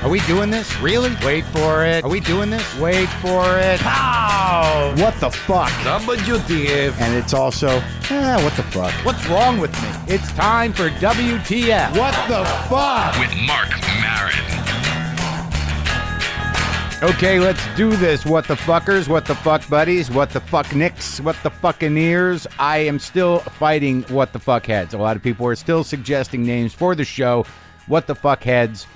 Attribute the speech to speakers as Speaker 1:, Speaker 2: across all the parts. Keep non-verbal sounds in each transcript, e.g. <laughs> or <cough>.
Speaker 1: Are we doing this? Really? Wait for it. Are we doing this? Wait for it. Pow! What the fuck?
Speaker 2: WTF.
Speaker 1: And it's also, eh, what the fuck? uh, What's wrong with me? It's time for WTF. What the fuck?
Speaker 3: With Mark Marin.
Speaker 1: Okay, let's do this. What the fuckers? What the fuck buddies? What the fuck nicks? What the fucking ears? I am still fighting what the fuck heads. A lot of people are still suggesting names for the show. What the fuck heads?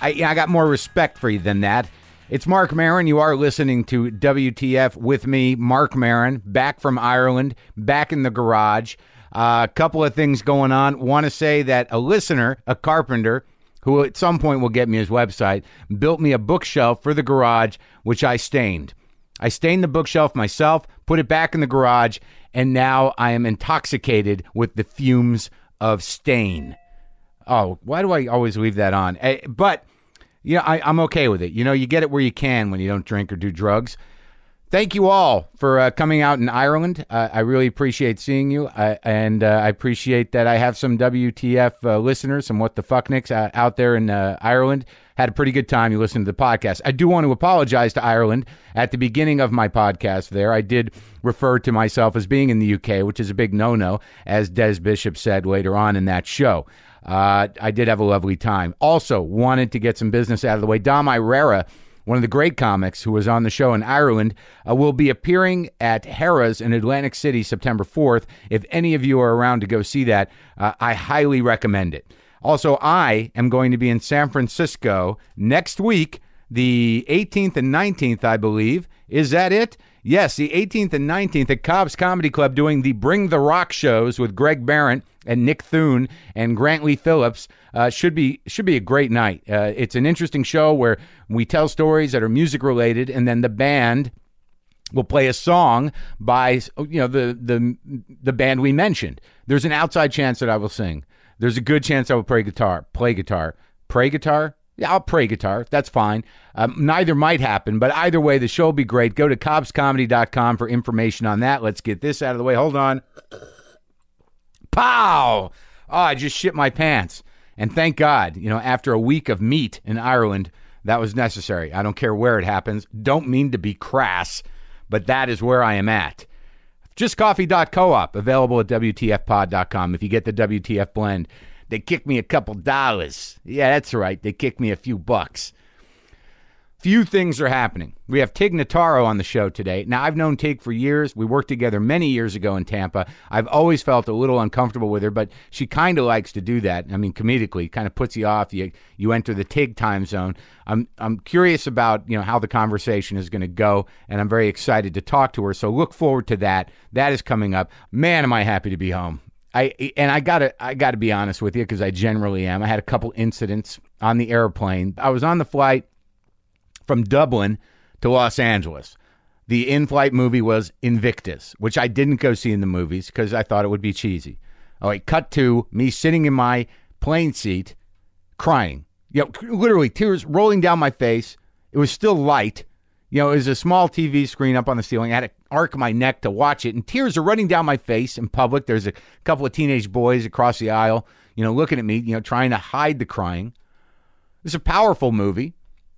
Speaker 1: I, yeah, I got more respect for you than that. It's Mark Marin. You are listening to WTF with me, Mark Marin, back from Ireland, back in the garage. Uh, A couple of things going on. Want to say that a listener, a carpenter, who at some point will get me his website, built me a bookshelf for the garage, which I stained. I stained the bookshelf myself, put it back in the garage, and now I am intoxicated with the fumes of stain. Oh, why do I always leave that on? Eh, But you know, I, I'm okay with it. You know, you get it where you can when you don't drink or do drugs. Thank you all for uh, coming out in Ireland. Uh, I really appreciate seeing you, I, and uh, I appreciate that I have some WTF uh, listeners, some what the fucknicks uh, out there in uh, Ireland. Had a pretty good time. You listened to the podcast. I do want to apologize to Ireland. At the beginning of my podcast, there I did refer to myself as being in the UK, which is a big no-no, as Des Bishop said later on in that show. Uh, I did have a lovely time. Also, wanted to get some business out of the way. Dom Irera one of the great comics who was on the show in Ireland, uh, will be appearing at Harrah's in Atlantic City September 4th. If any of you are around to go see that, uh, I highly recommend it. Also, I am going to be in San Francisco next week, the 18th and 19th, I believe. Is that it? Yes, the 18th and 19th at Cobb's Comedy Club doing the Bring the Rock shows with Greg Barrett and Nick Thune and Grantley Phillips. Uh, should be should be a great night. Uh, it's an interesting show where we tell stories that are music related, and then the band will play a song by you know the the the band we mentioned. There's an outside chance that I will sing. There's a good chance I will play guitar. Play guitar. Play guitar. Yeah, I'll play guitar. That's fine. Um, neither might happen, but either way, the show will be great. Go to cobbscomedy.com for information on that. Let's get this out of the way. Hold on. Pow! Oh, I just shit my pants. And thank God, you know, after a week of meat in Ireland, that was necessary. I don't care where it happens. Don't mean to be crass, but that is where I am at. JustCoffee.coop, available at WTFpod.com. If you get the WTF blend, they kick me a couple dollars. Yeah, that's right. They kick me a few bucks few things are happening. We have Tig Notaro on the show today. Now, I've known Tig for years. We worked together many years ago in Tampa. I've always felt a little uncomfortable with her, but she kind of likes to do that. I mean, comedically, kind of puts you off. You you enter the Tig time zone. I'm I'm curious about you know how the conversation is going to go, and I'm very excited to talk to her. So look forward to that. That is coming up. Man, am I happy to be home. I and I gotta I gotta be honest with you because I generally am. I had a couple incidents on the airplane. I was on the flight from Dublin to Los Angeles. The in flight movie was Invictus, which I didn't go see in the movies because I thought it would be cheesy. All right, cut to me sitting in my plane seat crying. You know, literally tears rolling down my face. It was still light. You know, it was a small TV screen up on the ceiling. I had to arc my neck to watch it, and tears are running down my face in public. There's a couple of teenage boys across the aisle, you know, looking at me, you know, trying to hide the crying. It's a powerful movie.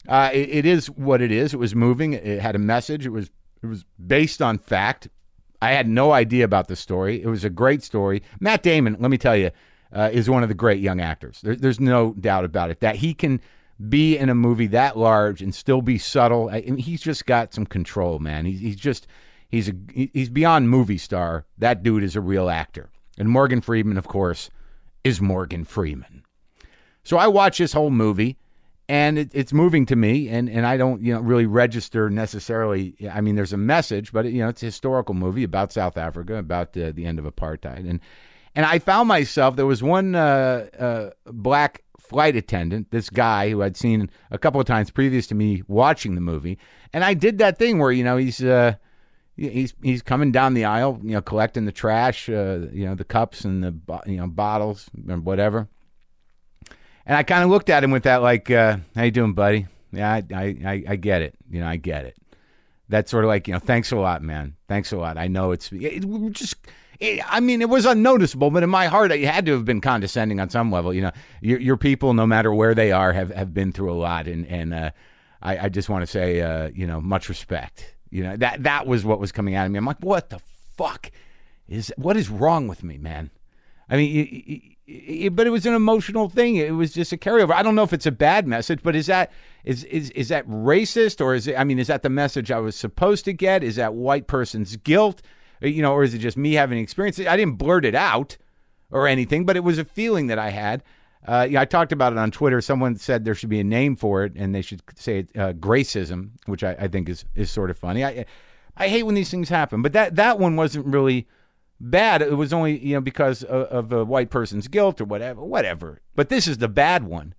Speaker 1: Uh, it, it is what it is. It was moving. It had a message. It was it was based on fact. I had no idea about the story. It was a great story. Matt Damon, let me tell you, uh, is one of the great young actors. There, there's no doubt about it that he can be in a movie that large and still be subtle. I, and he's just got some control, man. He's, he's just he's a he- he's beyond movie star. That dude is a real actor. And Morgan Freeman, of course, is Morgan Freeman. So I watch this whole movie, and it, it's moving to me, and, and I don't you know really register necessarily. I mean, there's a message, but you know it's a historical movie about South Africa, about uh, the end of apartheid, and and I found myself there was one uh, uh, black flight attendant, this guy who I'd seen a couple of times previous to me watching the movie, and I did that thing where you know he's. Uh, he's he's coming down the aisle, you know, collecting the trash, uh, you know, the cups and the bo- you know bottles and whatever. And I kind of looked at him with that, like, uh, "How you doing, buddy? Yeah, I, I, I, I get it. You know, I get it. That's sort of like, you know, thanks a lot, man. Thanks a lot. I know it's it, we're just it, I mean, it was unnoticeable, but in my heart, it had to have been condescending on some level. You know, your, your people, no matter where they are, have, have been through a lot, and and uh, I, I just want to say, uh, you know, much respect. You know that that was what was coming out of me. I'm like, what the fuck is what is wrong with me, man? I mean, y- y- y- but it was an emotional thing. It was just a carryover. I don't know if it's a bad message, but is that is is is that racist or is it? I mean, is that the message I was supposed to get? Is that white person's guilt? You know, or is it just me having experience? I didn't blurt it out or anything, but it was a feeling that I had. Uh, yeah, I talked about it on Twitter. Someone said there should be a name for it, and they should say it, uh, gracism, which I, I think is is sort of funny. I I hate when these things happen, but that that one wasn't really bad. It was only you know because of, of a white person's guilt or whatever, whatever. But this is the bad one.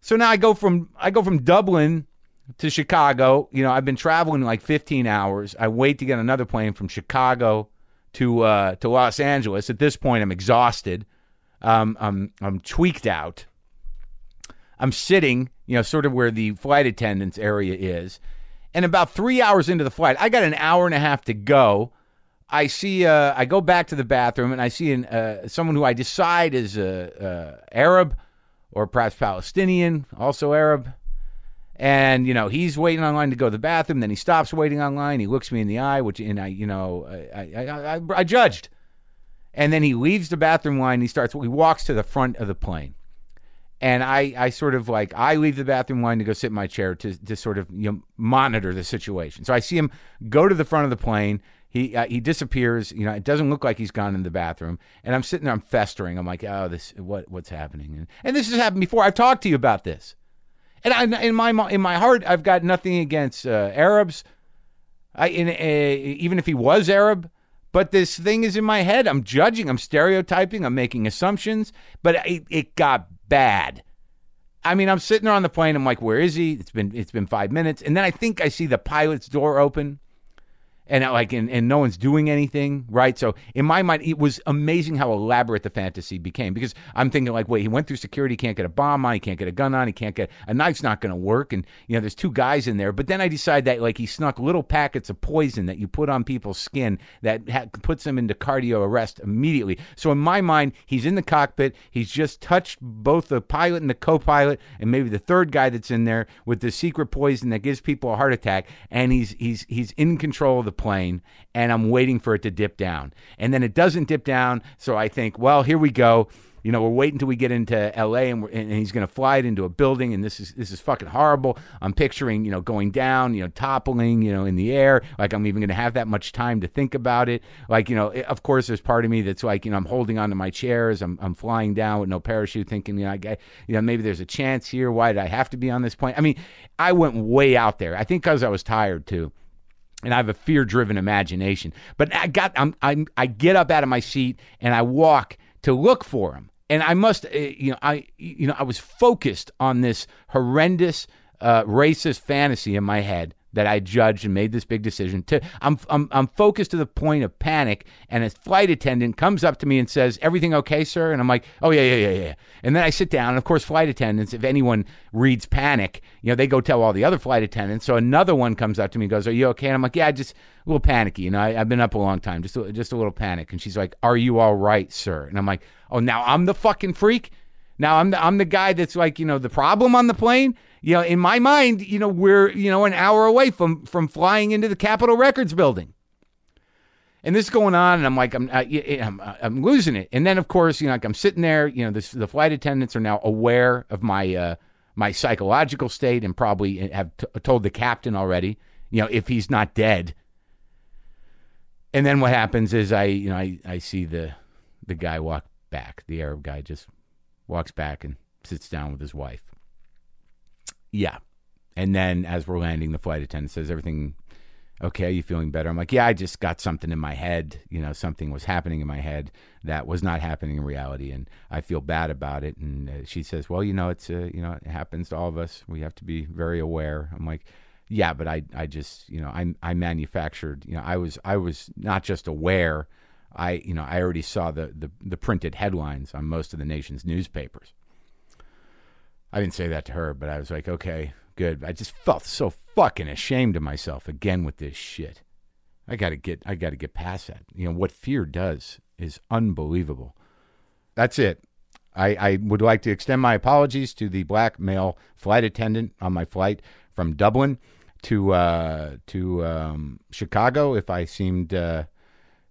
Speaker 1: So now I go from I go from Dublin to Chicago. You know, I've been traveling like 15 hours. I wait to get another plane from Chicago to uh, to Los Angeles. At this point, I'm exhausted. Um, I'm I'm tweaked out. I'm sitting, you know, sort of where the flight attendants area is. And about three hours into the flight, I got an hour and a half to go. I see, uh, I go back to the bathroom and I see an, uh, someone who I decide is a, a Arab or perhaps Palestinian, also Arab. And, you know, he's waiting online to go to the bathroom. Then he stops waiting online. He looks me in the eye, which, and I, you know, I, I, I, I, I judged. And then he leaves the bathroom line. He starts, he walks to the front of the plane and I, I sort of like I leave the bathroom line to go sit in my chair to to sort of you know, monitor the situation. So I see him go to the front of the plane. He uh, he disappears. You know, it doesn't look like he's gone in the bathroom. And I'm sitting there, I'm festering. I'm like, oh, this what what's happening? And, and this has happened before. I've talked to you about this. And I, in my mo- in my heart, I've got nothing against uh, Arabs. I in, uh, even if he was Arab, but this thing is in my head. I'm judging. I'm stereotyping. I'm making assumptions. But it, it got bad. I mean, I'm sitting there on the plane. I'm like, where is he? It's been it's been five minutes, and then I think I see the pilot's door open, and I, like and, and no one's doing anything, right? So in my mind, it was amazing how elaborate the fantasy became because I'm thinking like, wait, he went through security, can't get a bomb on, he can't get a gun on, he can't get a knife's not going to work, and you know there's two guys in there. But then I decide that like he snuck little packets of poison that you put on people's skin that ha- puts them into cardio arrest immediately. So in my mind, he's in the cockpit, he's just touched both the pilot and the co-pilot, and maybe the third guy that's in there with the secret poison that gives people a heart attack, and he's he's he's in control of the plane, and I'm waiting for it to dip down, and then it doesn't dip down, so I think, well, here we go. You know, we're waiting till we get into L.A. and, we're, and he's going to fly it into a building, and this is this is fucking horrible. I'm picturing, you know, going down, you know, toppling, you know, in the air. Like I'm even going to have that much time to think about it. Like you know, it- of course, there's part of me that's like, you know, I'm holding onto my chairs. I'm I'm flying down with no parachute, thinking, you know, I, get- you know, maybe there's a chance here. Why did I have to be on this plane? I mean, I went way out there. I think because I was tired too and I have a fear-driven imagination. But I got I'm, I'm I get up out of my seat and I walk to look for him. And I must uh, you know I you know I was focused on this horrendous uh, racist fantasy in my head that I judged and made this big decision to I'm, I'm I'm focused to the point of panic and a flight attendant comes up to me and says everything okay sir and I'm like oh yeah yeah yeah yeah yeah." and then I sit down and of course flight attendants if anyone reads panic you know they go tell all the other flight attendants so another one comes up to me and goes are you okay and I'm like yeah just a little panicky you know I, I've been up a long time just a, just a little panic and she's like are you all right sir and I'm like oh now I'm the fucking freak now I'm the I'm the guy that's like you know the problem on the plane. You know, in my mind, you know we're you know an hour away from from flying into the Capitol Records building. And this is going on, and I'm like, I'm, I, I'm, I'm losing it. And then, of course, you know, like I'm sitting there. You know, this, the flight attendants are now aware of my uh, my psychological state, and probably have t- told the captain already. You know, if he's not dead. And then what happens is I, you know, I, I see the the guy walk back. The Arab guy just walks back and sits down with his wife. Yeah. And then as we're landing, the flight attendant says, Everything okay? You feeling better? I'm like, Yeah, I just got something in my head. You know, something was happening in my head that was not happening in reality. And I feel bad about it. And uh, she says, Well, you know, it's, uh, you know, it happens to all of us. We have to be very aware. I'm like, yeah, but I, I just, you know, I, I manufactured, you know, I was, I was not just aware, I, you know, I already saw the, the, the printed headlines on most of the nation's newspapers. I didn't say that to her, but I was like, okay, good. I just felt so fucking ashamed of myself again with this shit. I got to get I got to get past that. You know what fear does is unbelievable. That's it. I, I would like to extend my apologies to the black male flight attendant on my flight from Dublin to uh, to um, Chicago. If I seemed uh,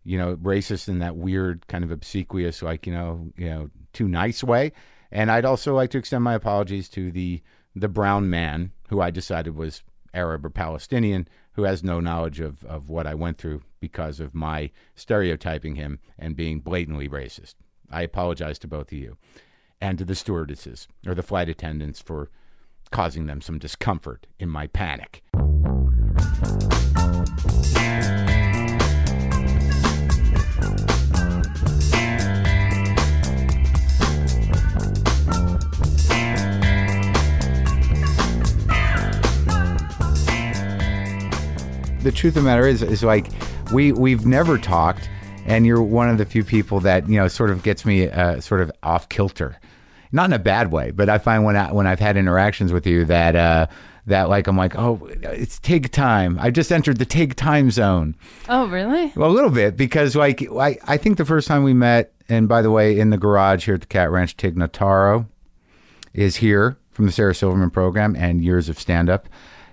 Speaker 1: you know racist in that weird kind of obsequious, like you know you know too nice way, and I'd also like to extend my apologies to the the brown man who I decided was Arab or Palestinian who has no knowledge of, of what I went through because of my stereotyping him and being blatantly racist. I apologize to both of you and to the stewardesses or the flight attendants for causing them some discomfort in my panic. the truth of the matter is is like we we've never talked and you're one of the few people that you know sort of gets me uh, sort of off kilter not in a bad way but i find when i when i've had interactions with you that uh that like i'm like oh it's tig time i just entered the tig time zone
Speaker 2: Oh, really?
Speaker 1: well, a little bit because like I, I think the first time we met, and by the way, in the garage here at the Cat Ranch, Tig Notaro is here from the Sarah Silverman program and years of stand up.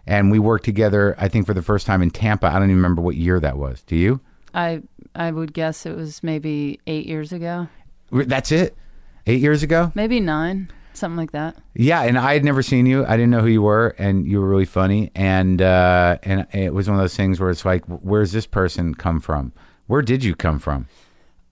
Speaker 1: And we worked together, I think, for the first time in Tampa. I don't even remember what year that was. Do you?
Speaker 2: I I would guess it was maybe eight years ago,
Speaker 1: Re- That's it? Eight years ago?
Speaker 2: maybe nine, something like that.
Speaker 1: Yeah, and I had never seen you. I didn't know who you were, and you were really funny. And uh, and it was one of those things where it's like, where's this person come from? Where did you come from?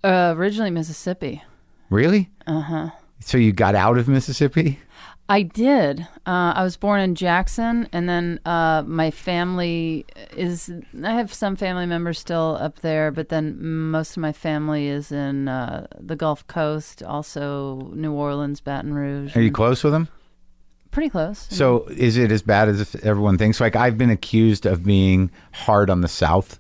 Speaker 2: Uh, originally Mississippi.
Speaker 1: Really? Uh huh. So you got out of Mississippi?
Speaker 2: I did. Uh, I was born in Jackson, and then uh, my family is. I have some family members still up there, but then most of my family is in uh, the Gulf Coast, also New Orleans, Baton Rouge.
Speaker 1: Are you close with them?
Speaker 2: Pretty close.
Speaker 1: So is it as bad as everyone thinks? Like I've been accused of being hard on the South.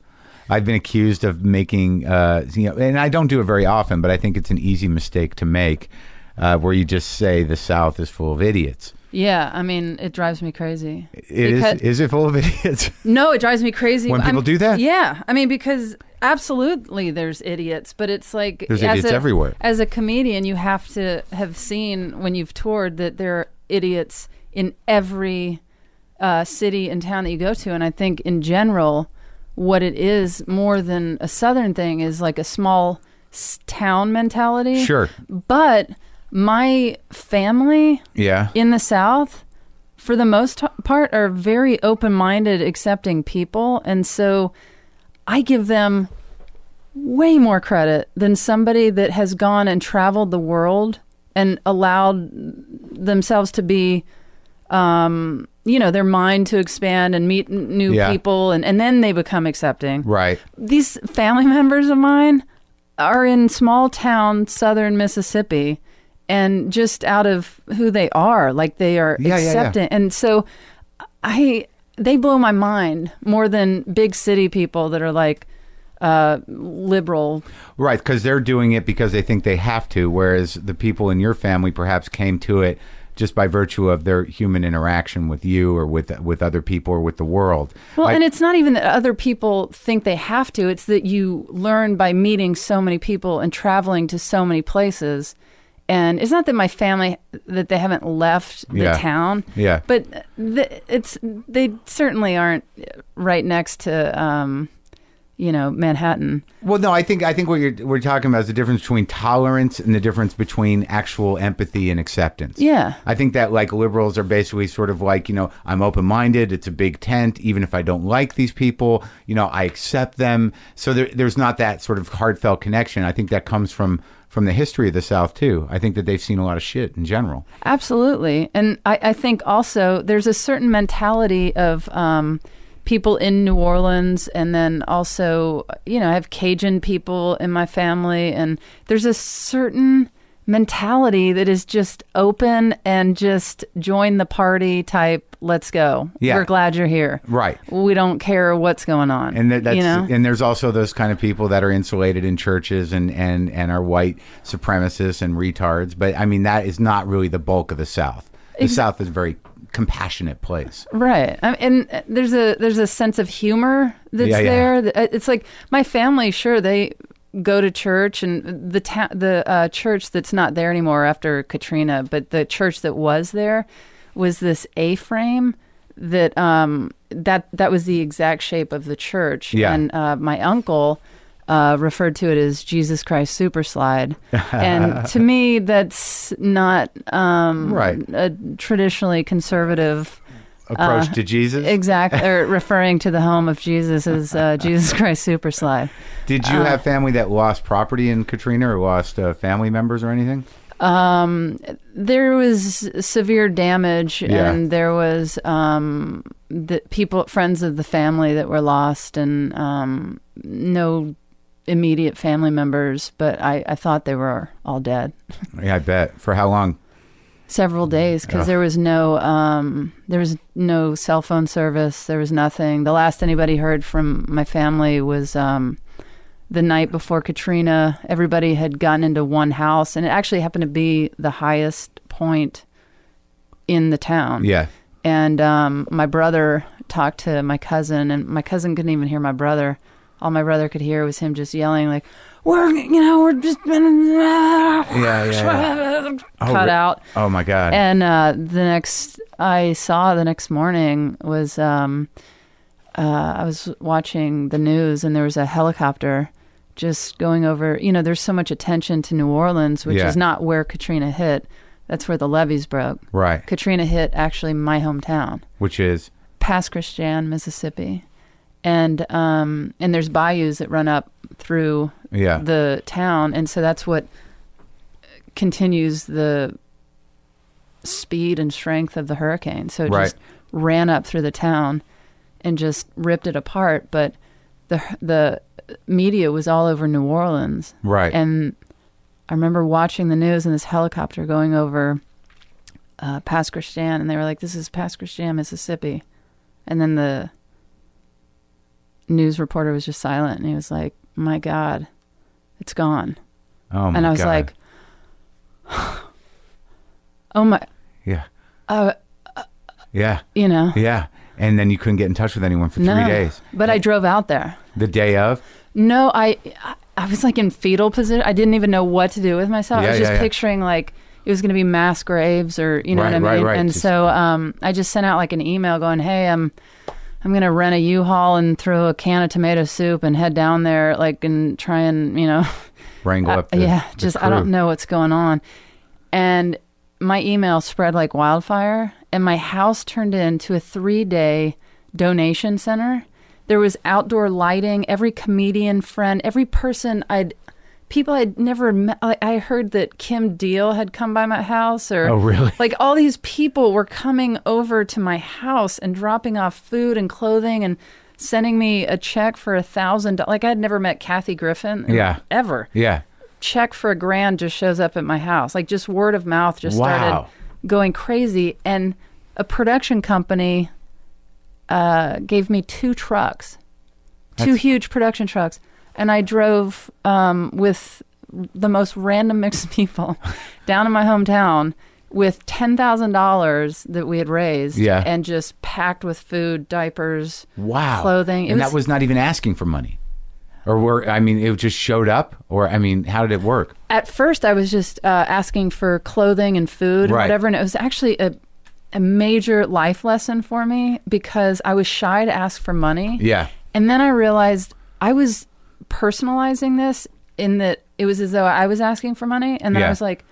Speaker 1: I've been accused of making, uh, you know, and I don't do it very often, but I think it's an easy mistake to make, uh, where you just say the South is full of idiots.
Speaker 2: Yeah, I mean, it drives me crazy.
Speaker 1: It is.
Speaker 2: Because-
Speaker 1: Is it full of <laughs> idiots?
Speaker 2: No, it drives me crazy
Speaker 1: When people
Speaker 2: I'm-
Speaker 1: do that?
Speaker 2: Yeah, I mean because absolutely there's idiots, but it's like
Speaker 1: There's
Speaker 2: as
Speaker 1: idiots
Speaker 2: a,
Speaker 1: everywhere.
Speaker 2: As a comedian, you have to have seen when you've toured that there are idiots in every uh, city and town that you go to, and I think in general, what it is more than a southern thing is like a small s- town mentality.
Speaker 1: Sure.
Speaker 2: but my family
Speaker 1: Yeah.
Speaker 2: in the South, for the most t- part, are very open minded, accepting people. And so I give them way more credit than somebody that has gone and traveled the world and allowed themselves to be, um, you know, their mind to expand and meet n- new
Speaker 1: Yeah.
Speaker 2: people. And, and then they become accepting
Speaker 1: Right.
Speaker 2: these family <laughs> members of mine are in small town southern Mississippi and just out of who they are, like they are
Speaker 1: Yeah, yeah, yeah.
Speaker 2: accepting. And so I they blow my mind more than big city people that are like uh, liberal.
Speaker 1: Right, because they're doing it because they think they have to, whereas the people in your family perhaps came to it just by virtue of their human interaction with you or with with other people or with the world.
Speaker 2: Well,
Speaker 1: Like-
Speaker 2: and it's not even that other people think they have to. It's that you learn by meeting so many people and traveling to so many places. And it's not that my family that they haven't left the
Speaker 1: Yeah.
Speaker 2: town.
Speaker 1: Yeah.
Speaker 2: But th- it's they certainly aren't right next to um, you know, Manhattan.
Speaker 1: Well, no, I think I think what you're we're talking about is the difference between tolerance and the difference between actual empathy and acceptance.
Speaker 2: Yeah.
Speaker 1: I think that like liberals are basically sort of like, you know, I'm open minded. It's a big tent. Even if I don't like these people, you know, I accept them. So there, there's not that sort of heartfelt connection. I think that comes from from the history of the South too. I think that they've seen a lot of shit in general.
Speaker 2: Absolutely. And I, I think also there's a certain mentality of um, people in New Orleans, and then also, you know, I have Cajun people in my family, and there's a certain mentality that is just open and just join the party type, let's go.
Speaker 1: Yeah.
Speaker 2: We're glad you're here.
Speaker 1: Right.
Speaker 2: We don't care what's going on.
Speaker 1: And that, that's
Speaker 2: you know?
Speaker 1: and there's also those kind of people that are insulated in churches and, and, and are white supremacists and retards. But I mean that is not really the bulk of the South. The South is very compassionate place.
Speaker 2: Right. I mean, and uh, there's a there's a sense of humor that's
Speaker 1: Yeah, yeah.
Speaker 2: there. Th- uh, It's like my family, sure, they go to church and the ta- the uh, church that's not there anymore after Katrina, but the church that was there was this A-frame that um that that was the exact shape of the church
Speaker 1: Yeah.
Speaker 2: and uh, my uncle uh, referred to it as Jesus Christ
Speaker 1: <laughs>
Speaker 2: Super Slide, and to me, that's not um,
Speaker 1: Right.
Speaker 2: a traditionally conservative Uh,
Speaker 1: Approach to Jesus.
Speaker 2: Exactly, or referring to the home of Jesus as uh, Jesus Christ Super Slide.
Speaker 1: Did
Speaker 2: uh,
Speaker 1: you have family that lost property in Katrina or lost uh, family members or anything?
Speaker 2: There was severe damage,
Speaker 1: Yeah.
Speaker 2: and there was um, the people, friends of the family that were lost, and um, no immediate family members. But I, I thought they were all dead.
Speaker 1: Yeah, I bet. For how long? Mm.
Speaker 2: Several days because there was no um, there was no cell phone service. There was nothing. The last anybody heard from my family was um, the night before Katrina, everybody had gotten into one house, and it actually happened to be the highest point in the town.
Speaker 1: Yeah.
Speaker 2: And um, my brother talked to my cousin, and my cousin couldn't even hear my brother. All my brother could hear was him just yelling, like, "We're, you know, we're just
Speaker 1: Yeah, yeah,
Speaker 2: <laughs> cut
Speaker 1: re-
Speaker 2: out."
Speaker 1: Oh my God.
Speaker 2: And uh, the next I saw the next morning was um, uh, I was watching the news and there was a helicopter just going over. You know, there's so much attention to New Orleans, which
Speaker 1: Yeah.
Speaker 2: is not where Katrina hit. That's where the levees broke.
Speaker 1: right.
Speaker 2: Katrina hit actually my hometown,
Speaker 1: Which is
Speaker 2: past Christian, Mississippi, and um, and there's bayous that run up through
Speaker 1: yeah.
Speaker 2: the town, and so that's what continues the speed and strength of the hurricane. So it
Speaker 1: Right.
Speaker 2: just ran up through the town and just ripped it apart. But the the media was all over New Orleans,
Speaker 1: right.
Speaker 2: and I remember watching the news and this helicopter going over uh, past Christian, and they were like, "This is past Christian, Mississippi," and then the news reporter was just silent, and he was like, "My God, it's gone,"
Speaker 1: oh my
Speaker 2: and I was
Speaker 1: God.
Speaker 2: like, <sighs> "Oh my,
Speaker 1: yeah,
Speaker 2: uh,
Speaker 1: yeah,
Speaker 2: you know,
Speaker 1: yeah. And then you couldn't get in touch with anyone for three
Speaker 2: no."
Speaker 1: days.
Speaker 2: But I drove out there.
Speaker 1: The day of.
Speaker 2: No, I, I- I was like in fetal position. I didn't even know what to do with myself.
Speaker 1: Yeah,
Speaker 2: I was just
Speaker 1: yeah, yeah.
Speaker 2: picturing like it was going to be mass graves or you know
Speaker 1: Right,
Speaker 2: what I mean.
Speaker 1: right, right.
Speaker 2: And
Speaker 1: Just-
Speaker 2: so um, I just sent out like an email going, "Hey, I'm I'm going to rent a U-Haul and throw a can of tomato soup and head down there like and try and you know,
Speaker 1: Wrangle up. The,
Speaker 2: yeah,
Speaker 1: the
Speaker 2: just I don't
Speaker 1: crew.
Speaker 2: know what's going on." And my email spread like wildfire, and my house turned into a three-day donation center. There was outdoor lighting. Every comedian friend, every person I'd, people I'd never met. Like, I heard that Kim Deal had come by my house, or
Speaker 1: Oh, really?
Speaker 2: Like all these people were coming over to my house and dropping off food and clothing and sending me a check for a thousand. Like I'd never met Kathy Griffin,
Speaker 1: Yeah.
Speaker 2: ever
Speaker 1: <laughs> Yeah.
Speaker 2: check for a grand just shows up at my house. Like just word of mouth just
Speaker 1: Wow.
Speaker 2: started going crazy. And a production company uh, gave me two trucks, two huge production trucks, and I drove um, with the most random mix of people <laughs> down in my hometown with ten thousand dollars that we had raised,
Speaker 1: Yeah.
Speaker 2: and just packed with food, diapers,
Speaker 1: Wow.
Speaker 2: clothing. It
Speaker 1: and
Speaker 2: was-
Speaker 1: that was not even asking for money. Or were I mean it just showed up or I mean how did it work?
Speaker 2: at first I was just uh, asking for clothing and food and
Speaker 1: Right.
Speaker 2: whatever, and it was actually a a major life lesson for me because I was shy to ask for money.
Speaker 1: Yeah.
Speaker 2: And then I realized I was personalizing this in that it was as though I was asking for money, and then
Speaker 1: Yeah.
Speaker 2: I was like,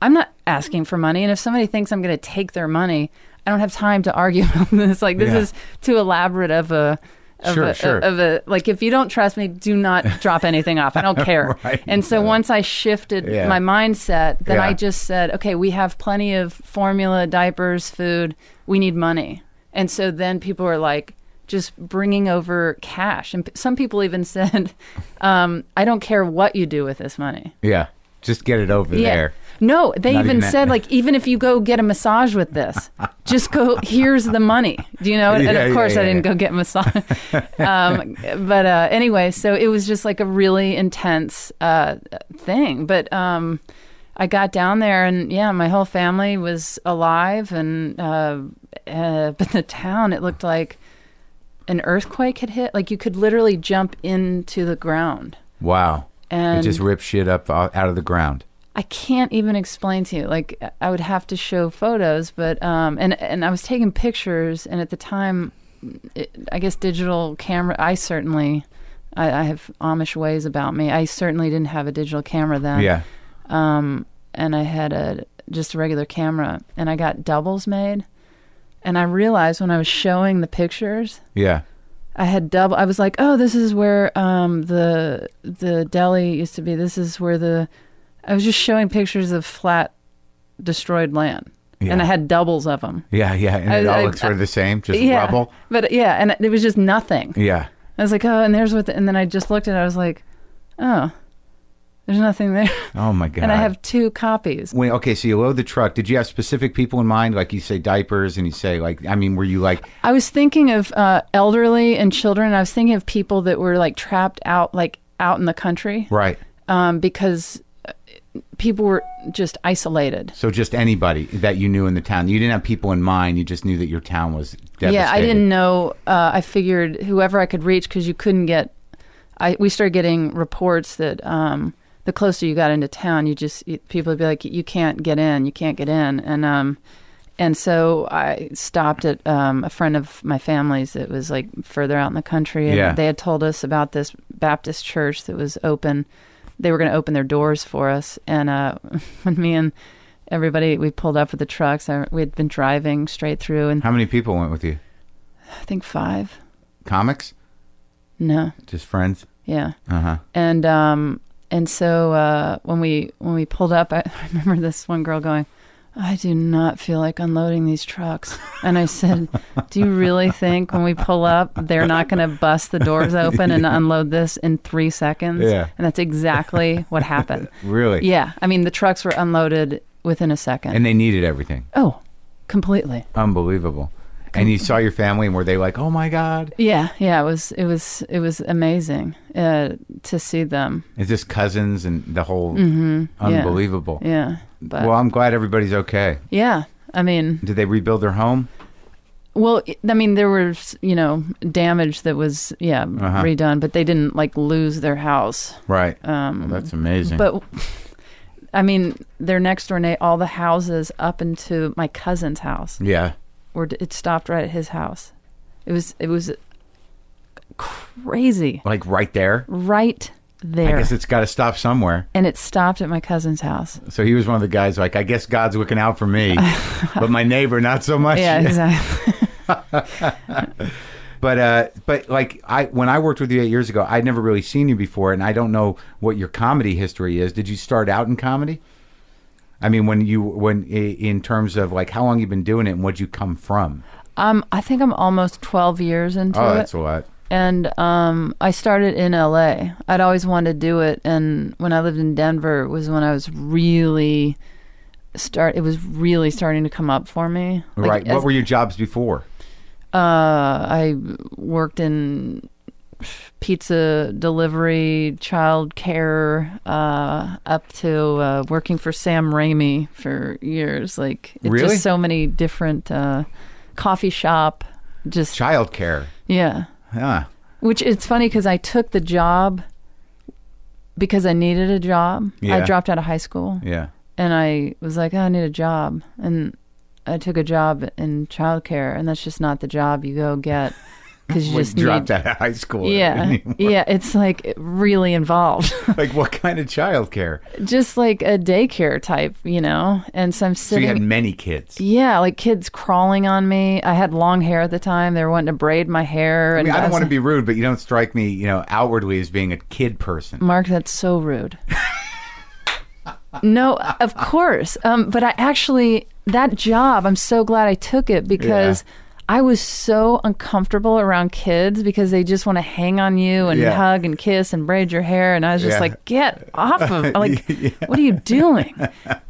Speaker 2: I'm not asking for money, and if somebody thinks I'm going to take their money, I don't have time to argue <laughs> about this. Like this
Speaker 1: Yeah.
Speaker 2: is too elaborate of a. Of
Speaker 1: Sure,
Speaker 2: a,
Speaker 1: sure.
Speaker 2: Of a like, if you don't trust me, do not drop anything off.
Speaker 1: <laughs>
Speaker 2: I don't care.
Speaker 1: Right.
Speaker 2: And so once I shifted
Speaker 1: Yeah.
Speaker 2: my mindset, then
Speaker 1: Yeah.
Speaker 2: I just said, okay, we have plenty of formula, diapers, food. We need money. And so then people were like, just bringing over cash. And p- some people even <laughs> said, um, I don't care what you do with this money.
Speaker 1: Yeah. Just get it over there.
Speaker 2: No, they
Speaker 1: Not
Speaker 2: even
Speaker 1: even that. <laughs>
Speaker 2: said, like, even if you go get a massage with this, just go, here's the money. Do you know? And,
Speaker 1: <laughs>
Speaker 2: and
Speaker 1: Yeah, yeah,
Speaker 2: of course,
Speaker 1: yeah,
Speaker 2: I didn't
Speaker 1: yeah.
Speaker 2: go
Speaker 1: <laughs>
Speaker 2: get massage. um, but uh, anyway, so it was just like a really intense uh, thing. But um, I I got down there, and yeah, my whole family was alive, and uh, uh, but the town it looked like an earthquake had hit. Like you could literally jump into the ground,
Speaker 1: Wow. it
Speaker 2: and
Speaker 1: just ripped shit up o- out of the ground.
Speaker 2: I can't even explain to you. Like I would have to show photos, but um, and and I was taking pictures, and at the time, it, I guess digital camera. I certainly, I, I have Amish ways about me. I certainly didn't have a digital camera then.
Speaker 1: Yeah.
Speaker 2: Um, and I had a just a regular camera, and I got doubles made, and I realized when I was showing the pictures
Speaker 1: Yeah.
Speaker 2: I had double. I was like, oh, this is where um, the the deli used to be. This is where the. I was just showing pictures of flat, destroyed land,
Speaker 1: Yeah.
Speaker 2: and I had doubles of them.
Speaker 1: Yeah. Yeah. And it
Speaker 2: I-
Speaker 1: all
Speaker 2: I-
Speaker 1: looks sort of the same, just
Speaker 2: yeah,
Speaker 1: rubble.
Speaker 2: but yeah, and it was just nothing.
Speaker 1: Yeah.
Speaker 2: I was like, oh, and there's what. The, and then I just looked at. it. I was like, oh, there's nothing there.
Speaker 1: Oh my god.
Speaker 2: And I have two copies.
Speaker 1: When, okay, so you load the truck. Did you have specific people in mind? Like you say diapers, and you say like, I mean, were you like,
Speaker 2: I was thinking of uh, elderly and children. I was thinking of people that were like trapped out, like out in the country.
Speaker 1: right?
Speaker 2: um, because uh, people were just isolated.
Speaker 1: So just anybody that you knew in the town. You didn't have people in mind. You just knew that your town was devastated.
Speaker 2: Yeah, I didn't know. Uh, I figured whoever I could reach because you couldn't get. I we started getting reports that um, the closer you got into town, you just you, people would be like, "You can't get in, you can't get in," and um, and so I stopped at um, a friend of my family's that was like further out in the country, and
Speaker 1: Yeah.
Speaker 2: they had told us about this Baptist church that was open. They were going to open their doors for us, and uh, <laughs> when me and everybody we pulled up with the trucks, I, we had been driving straight through, and
Speaker 1: How many people went with you?
Speaker 2: I think five.
Speaker 1: Comics?
Speaker 2: No,
Speaker 1: Just friends?
Speaker 2: yeah,
Speaker 1: Uh huh.
Speaker 2: and um, and so uh, when we when we pulled up, I, <laughs> I remember this one girl going, "I do not feel like unloading these trucks," and I said, "Do you really think when we pull up, they're not going to bust the doors open and unload this in three seconds?"
Speaker 1: Yeah.
Speaker 2: and that's exactly what happened.
Speaker 1: Really?
Speaker 2: yeah, I mean the trucks were unloaded within a second.
Speaker 1: And they needed everything.
Speaker 2: oh, completely.
Speaker 1: Unbelievable. And you saw your family, and were they like, "Oh my God"?
Speaker 2: Yeah, yeah, it was it was it was amazing uh, to see them. Mm-hmm.
Speaker 1: It's just cousins and the whole unbelievable.
Speaker 2: Mm, Yeah, but
Speaker 1: Well, I'm glad everybody's okay.
Speaker 2: yeah, I mean,
Speaker 1: Did they rebuild their home?
Speaker 2: well, I- I mean, there was you know damage that was yeah
Speaker 1: Uh-huh.
Speaker 2: redone, but they didn't like lose their house.
Speaker 1: Right.
Speaker 2: Um,
Speaker 1: Well, that's amazing.
Speaker 2: but <laughs> I mean, their next door neighbor, all the houses up into my cousin's house,
Speaker 1: yeah.
Speaker 2: or d- it stopped right at his house. It was it was crazy,
Speaker 1: Like right there.
Speaker 2: right
Speaker 1: I
Speaker 2: there,
Speaker 1: guess it's got to stop somewhere.
Speaker 2: and it stopped at my cousin's house.
Speaker 1: So he was one of the guys like, I guess God's looking out for
Speaker 2: <laughs>
Speaker 1: me, but my neighbor not so much.
Speaker 2: Yeah, exactly.
Speaker 1: But uh, but like I when I worked with you eight years ago, I'd never really seen you before, and I don't know what your comedy history is. Did you start out in comedy? I mean, when you when i- in terms of like how long you've been doing it and where'd you come from?
Speaker 2: Um, I think <laughs> I'm almost 12 years into
Speaker 1: Oh,
Speaker 2: it.
Speaker 1: that's a lot.
Speaker 2: and um, I started in LA. I'd always wanted to do it, and when I lived in Denver was when I was really start. It was really starting to come up for me. Like,
Speaker 1: right.
Speaker 2: as-
Speaker 1: what were your jobs before?
Speaker 2: uh, I worked in pizza delivery, child care, uh, up to uh, working for Sam Raimi for years. Like it's
Speaker 1: Really?
Speaker 2: just so many different uh, coffee shop. Just
Speaker 1: Childcare.
Speaker 2: yeah.
Speaker 1: Huh.
Speaker 2: Which it's funny because I took the job because I needed a job.
Speaker 1: Yeah.
Speaker 2: I dropped out of high school
Speaker 1: Yeah.
Speaker 2: and I was like, oh, I need a job. And I took a job in childcare, and that's just not the job you go get because you
Speaker 1: Like,
Speaker 2: just
Speaker 1: dropped
Speaker 2: need.
Speaker 1: out of high school. <laughs>
Speaker 2: Yeah, yeah, it's like really involved, <laughs>
Speaker 1: like what kind of childcare?
Speaker 2: just like a daycare type, you know. And so I'm
Speaker 1: So you
Speaker 2: sitting.
Speaker 1: had many kids.
Speaker 2: yeah, like kids crawling on me. I had long hair at the time. They were wanting to braid my hair.
Speaker 1: I
Speaker 2: and
Speaker 1: mean, I don't
Speaker 2: was
Speaker 1: want to
Speaker 2: like,
Speaker 1: be rude, but you don't strike me, you know, outwardly as being a kid person.
Speaker 2: Mark, that's so rude. no, of course. Um, but I actually, that job, I'm so glad I took it because I was so uncomfortable around kids because they just want to hang on you and
Speaker 1: Yeah.
Speaker 2: hug and kiss and braid your hair. And I was just
Speaker 1: Yeah.
Speaker 2: like, get
Speaker 1: <laughs>
Speaker 2: off of, like, what are you doing?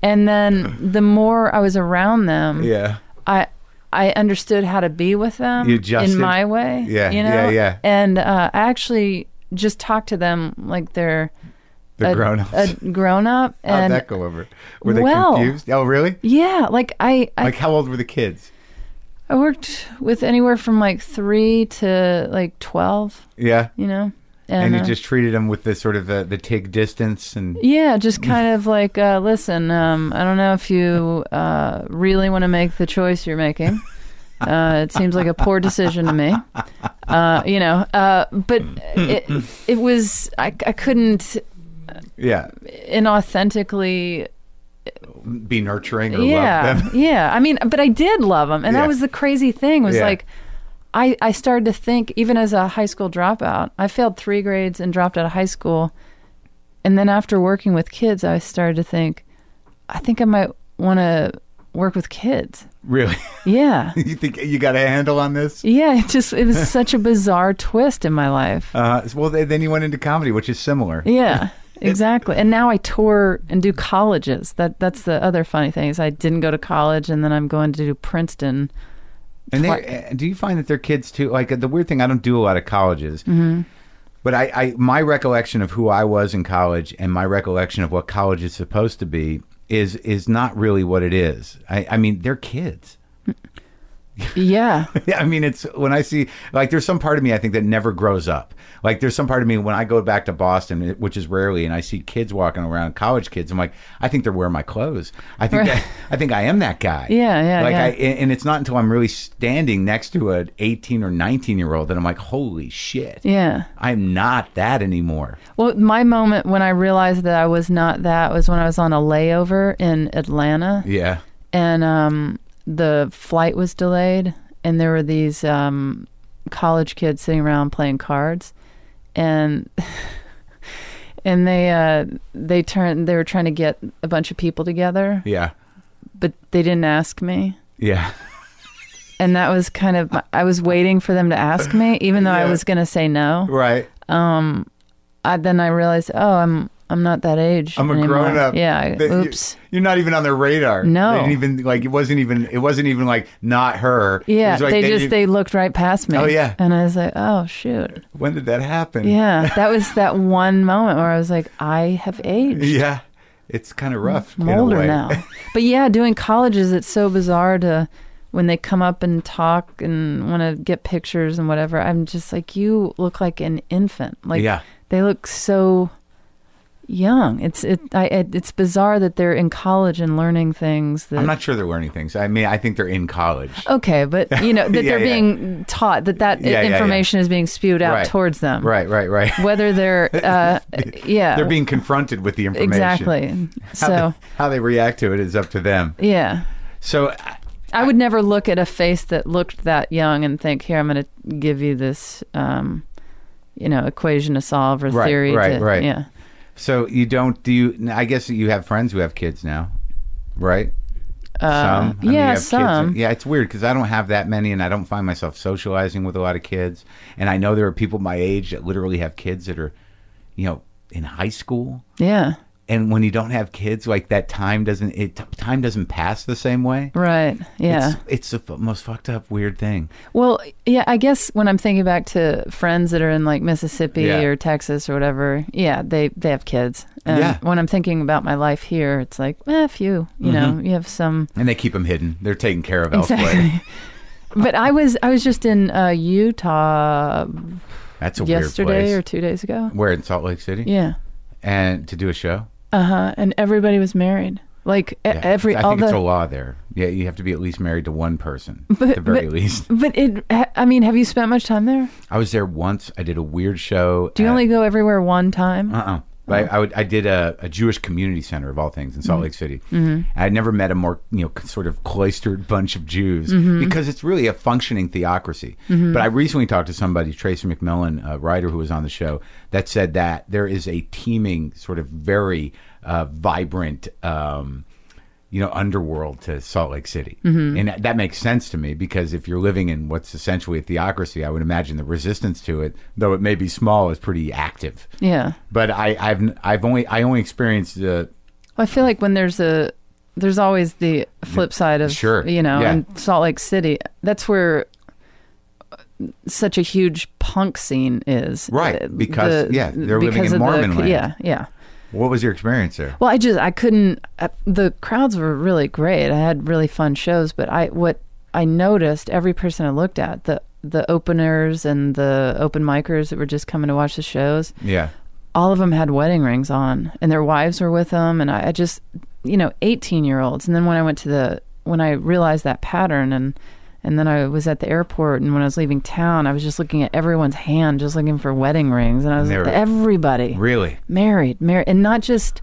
Speaker 2: And then the more I was around them,
Speaker 1: Yeah.
Speaker 2: I I understood how to be with them
Speaker 1: You adjusted.
Speaker 2: in my way.
Speaker 1: Yeah,
Speaker 2: you know?
Speaker 1: yeah, yeah.
Speaker 2: And uh, I actually just talked to them like they're a,
Speaker 1: The grown ups. <laughs>
Speaker 2: a grown up
Speaker 1: How'd
Speaker 2: and
Speaker 1: that go over? Were they
Speaker 2: well-
Speaker 1: confused? Oh, really?
Speaker 2: yeah, like I
Speaker 1: <laughs>
Speaker 2: I,
Speaker 1: Like, how old were the kids?
Speaker 2: I worked with anywhere from like 3 to like 12,
Speaker 1: Yeah.
Speaker 2: you know.
Speaker 1: And you
Speaker 2: uh,
Speaker 1: just treated them with the sort of uh, the, the TIG distance and
Speaker 2: Yeah, just kind of like, uh, listen, um, I don't know if you uh, really want to make the choice you're making. Uh, it seems like a poor decision to me. Uh, you know, uh, but it, it was, I, I couldn't
Speaker 1: yeah,
Speaker 2: inauthentically.
Speaker 1: be nurturing or
Speaker 2: yeah,
Speaker 1: love them. <laughs>
Speaker 2: yeah. I mean, but I did love them. And
Speaker 1: Yeah.
Speaker 2: that was the crazy thing was
Speaker 1: Yeah.
Speaker 2: like, I, I started to think, even as a high school dropout, I failed three grades and dropped out of high school. And then after working with kids, I started to think, I think I might want to work with kids.
Speaker 1: Really? <laughs>
Speaker 2: Yeah.
Speaker 1: you think you got a handle on this?
Speaker 2: Yeah. It just, it was such a bizarre twist in my life.
Speaker 1: Uh, well, th- then you went into comedy, which is similar. <laughs>
Speaker 2: Yeah. Exactly. And now I tour and do colleges. That That's the other funny thing is I didn't go to college and then I'm going to do Princeton.
Speaker 1: <laughs> And they,
Speaker 2: Twi-
Speaker 1: and do you find that their kids too? Like uh, the weird thing, I don't do a lot of colleges,
Speaker 2: Mm-hmm.
Speaker 1: but I, I my recollection of who I was in college and my recollection of what college is supposed to be is is not really what it is. I, I mean, they're kids.
Speaker 2: Yeah.
Speaker 1: Yeah, <laughs> I mean, it's when I see like there's some part of me I think that never grows up. Like there's some part of me when I go back to Boston, which is rarely, and I see kids walking around, college kids. I'm like, I think they're wearing my clothes. I think that, I think I am that guy.
Speaker 2: Yeah, yeah,
Speaker 1: Like
Speaker 2: yeah.
Speaker 1: I, and and it's not until I'm really standing next to an 18 or 19 year old that I'm like, holy shit,
Speaker 2: Yeah.
Speaker 1: I'm not that anymore.
Speaker 2: Well, my moment when I realized that I was not that was when I was on a layover in Atlanta,
Speaker 1: Yeah,
Speaker 2: and um, the flight was delayed, and there were these um, college kids sitting around playing cards, and <laughs> and they uh, they turned they were trying to get a bunch of people together,
Speaker 1: yeah,
Speaker 2: but they didn't ask me.
Speaker 1: yeah. <laughs>
Speaker 2: And that was kind of my, I was waiting for them to ask me, even though I
Speaker 1: Yeah.
Speaker 2: was going to say no.
Speaker 1: Right.
Speaker 2: I, then I realized, oh, I'm I'm not that age.
Speaker 1: I'm a
Speaker 2: anymore.
Speaker 1: grown up.
Speaker 2: Yeah. I-
Speaker 1: That you-
Speaker 2: oops.
Speaker 1: You're not even on their radar.
Speaker 2: No.
Speaker 1: They didn't even like it wasn't even it wasn't even like not her. It
Speaker 2: Yeah,
Speaker 1: was like
Speaker 2: they, just
Speaker 1: didn't-
Speaker 2: they looked right past me.
Speaker 1: Oh, yeah.
Speaker 2: and I was like,
Speaker 1: <laughs>
Speaker 2: oh shoot.
Speaker 1: when did that happen?
Speaker 2: Yeah, that was that one moment where I was like, I have
Speaker 1: <laughs>
Speaker 2: aged.
Speaker 1: Yeah. It's kind of rough.
Speaker 2: I'm
Speaker 1: in a
Speaker 2: older
Speaker 1: way.
Speaker 2: now. But yeah, doing colleges, it's so bizarre to when they come up and talk and want to get pictures and whatever. I'm just like, you look like an infant. Like
Speaker 1: Yeah.
Speaker 2: they look so young. It's it, I, it it's bizarre that they're in college and learning things that
Speaker 1: I'm not sure they're learning things. I mean, I think they're in college.
Speaker 2: Okay, but
Speaker 1: <laughs>
Speaker 2: you know that
Speaker 1: Yeah,
Speaker 2: they're
Speaker 1: yeah.
Speaker 2: being taught that that
Speaker 1: Yeah, yeah, yeah.
Speaker 2: information is being spewed out
Speaker 1: Right.
Speaker 2: towards them.
Speaker 1: Right, right, right. <laughs>
Speaker 2: Whether they're, uh, yeah,
Speaker 1: They're being confronted with the information.
Speaker 2: exactly.
Speaker 1: How
Speaker 2: So
Speaker 1: they, <laughs> how they react to it is up to them.
Speaker 2: yeah,
Speaker 1: So, I-
Speaker 2: I would never look at a face that looked that young and think, "Here, I'm going to give you this, um, you know, equation to solve or
Speaker 1: Right,
Speaker 2: theory."
Speaker 1: right,
Speaker 2: to,
Speaker 1: right.
Speaker 2: Yeah,
Speaker 1: so you don't do you? I guess you have friends who have kids now, right?
Speaker 2: Uh,
Speaker 1: some. I mean, you
Speaker 2: yeah,
Speaker 1: have kids
Speaker 2: some.
Speaker 1: and- yeah, it's weird because I don't have that many, and I don't find myself socializing with a lot of kids. And I know there are people my age that literally have kids that are, you know, in high school.
Speaker 2: yeah,
Speaker 1: And when you don't have kids, like that time doesn't it time doesn't pass the same way.
Speaker 2: right, yeah.
Speaker 1: It's, it's the f- most fucked up weird thing.
Speaker 2: Well, yeah, I guess when I'm thinking back to friends that are in like Mississippi
Speaker 1: Yeah.
Speaker 2: or Texas or whatever, yeah, they they have kids. And
Speaker 1: Yeah. Mm-hmm.
Speaker 2: When I'm thinking about my life here, it's like eh, few. You know, you have some
Speaker 1: And they keep them hidden. They're taken care of elsewhere.
Speaker 2: exactly. <laughs> but I was I was just in uh, Utah
Speaker 1: That's a weird
Speaker 2: yesterday
Speaker 1: place.
Speaker 2: or two days ago.
Speaker 1: We're in Salt Lake City,
Speaker 2: Yeah.
Speaker 1: and to do a show.
Speaker 2: Uh huh. And everybody was married. Like e-
Speaker 1: Yeah.
Speaker 2: every
Speaker 1: I
Speaker 2: all
Speaker 1: think
Speaker 2: the
Speaker 1: it's a law there. Yeah, you have to be at least married to one person, at the very
Speaker 2: but-
Speaker 1: least.
Speaker 2: But it, I mean, have you spent much time there?
Speaker 1: I was there once. I did a weird show.
Speaker 2: Do you only go everywhere one time?
Speaker 1: Uh uh But I, I, would, I did a, a Jewish community center of all things in Salt Lake City. Mm-hmm. I'd never met a more you know c- sort of cloistered <laughs> bunch of Jews because it's really a functioning theocracy. But I recently talked to somebody, Tracy McMillan, a writer who was on the show, that said that there is a teeming, sort of very uh, vibrant. Um, you know, underworld to Salt Lake City. And that, that makes sense to me because if you're living in what's essentially a theocracy, I would imagine the resistance to it, though it may be small, is pretty active
Speaker 2: yeah.
Speaker 1: but I, I've I've only I only experienced uh, the
Speaker 2: Well, I feel like when there's a there's always the flip side of
Speaker 1: Sure.
Speaker 2: you know,
Speaker 1: Yeah.
Speaker 2: in Salt Lake City. That's where such a huge punk scene is. Uh,
Speaker 1: Right, because, yeah, they're living
Speaker 2: because
Speaker 1: in
Speaker 2: of the-
Speaker 1: Mormon land.
Speaker 2: Yeah, yeah.
Speaker 1: What was your experience there?
Speaker 2: Well, I just I couldn't. Uh, the crowds were really great. I had really fun shows, but I what I noticed every person I looked at the the openers and the open micers that were just coming to watch the shows,
Speaker 1: Yeah.
Speaker 2: all of them had wedding rings on, and their wives were with them, and I, I just you know eighteen year olds. And then when I went to the when I realized that pattern and. And then I was at the airport, and when I was leaving town, I was just looking at everyone's hand, just looking for wedding rings. And I was
Speaker 1: They
Speaker 2: like,
Speaker 1: were-
Speaker 2: everybody
Speaker 1: Really?
Speaker 2: married, married, and not just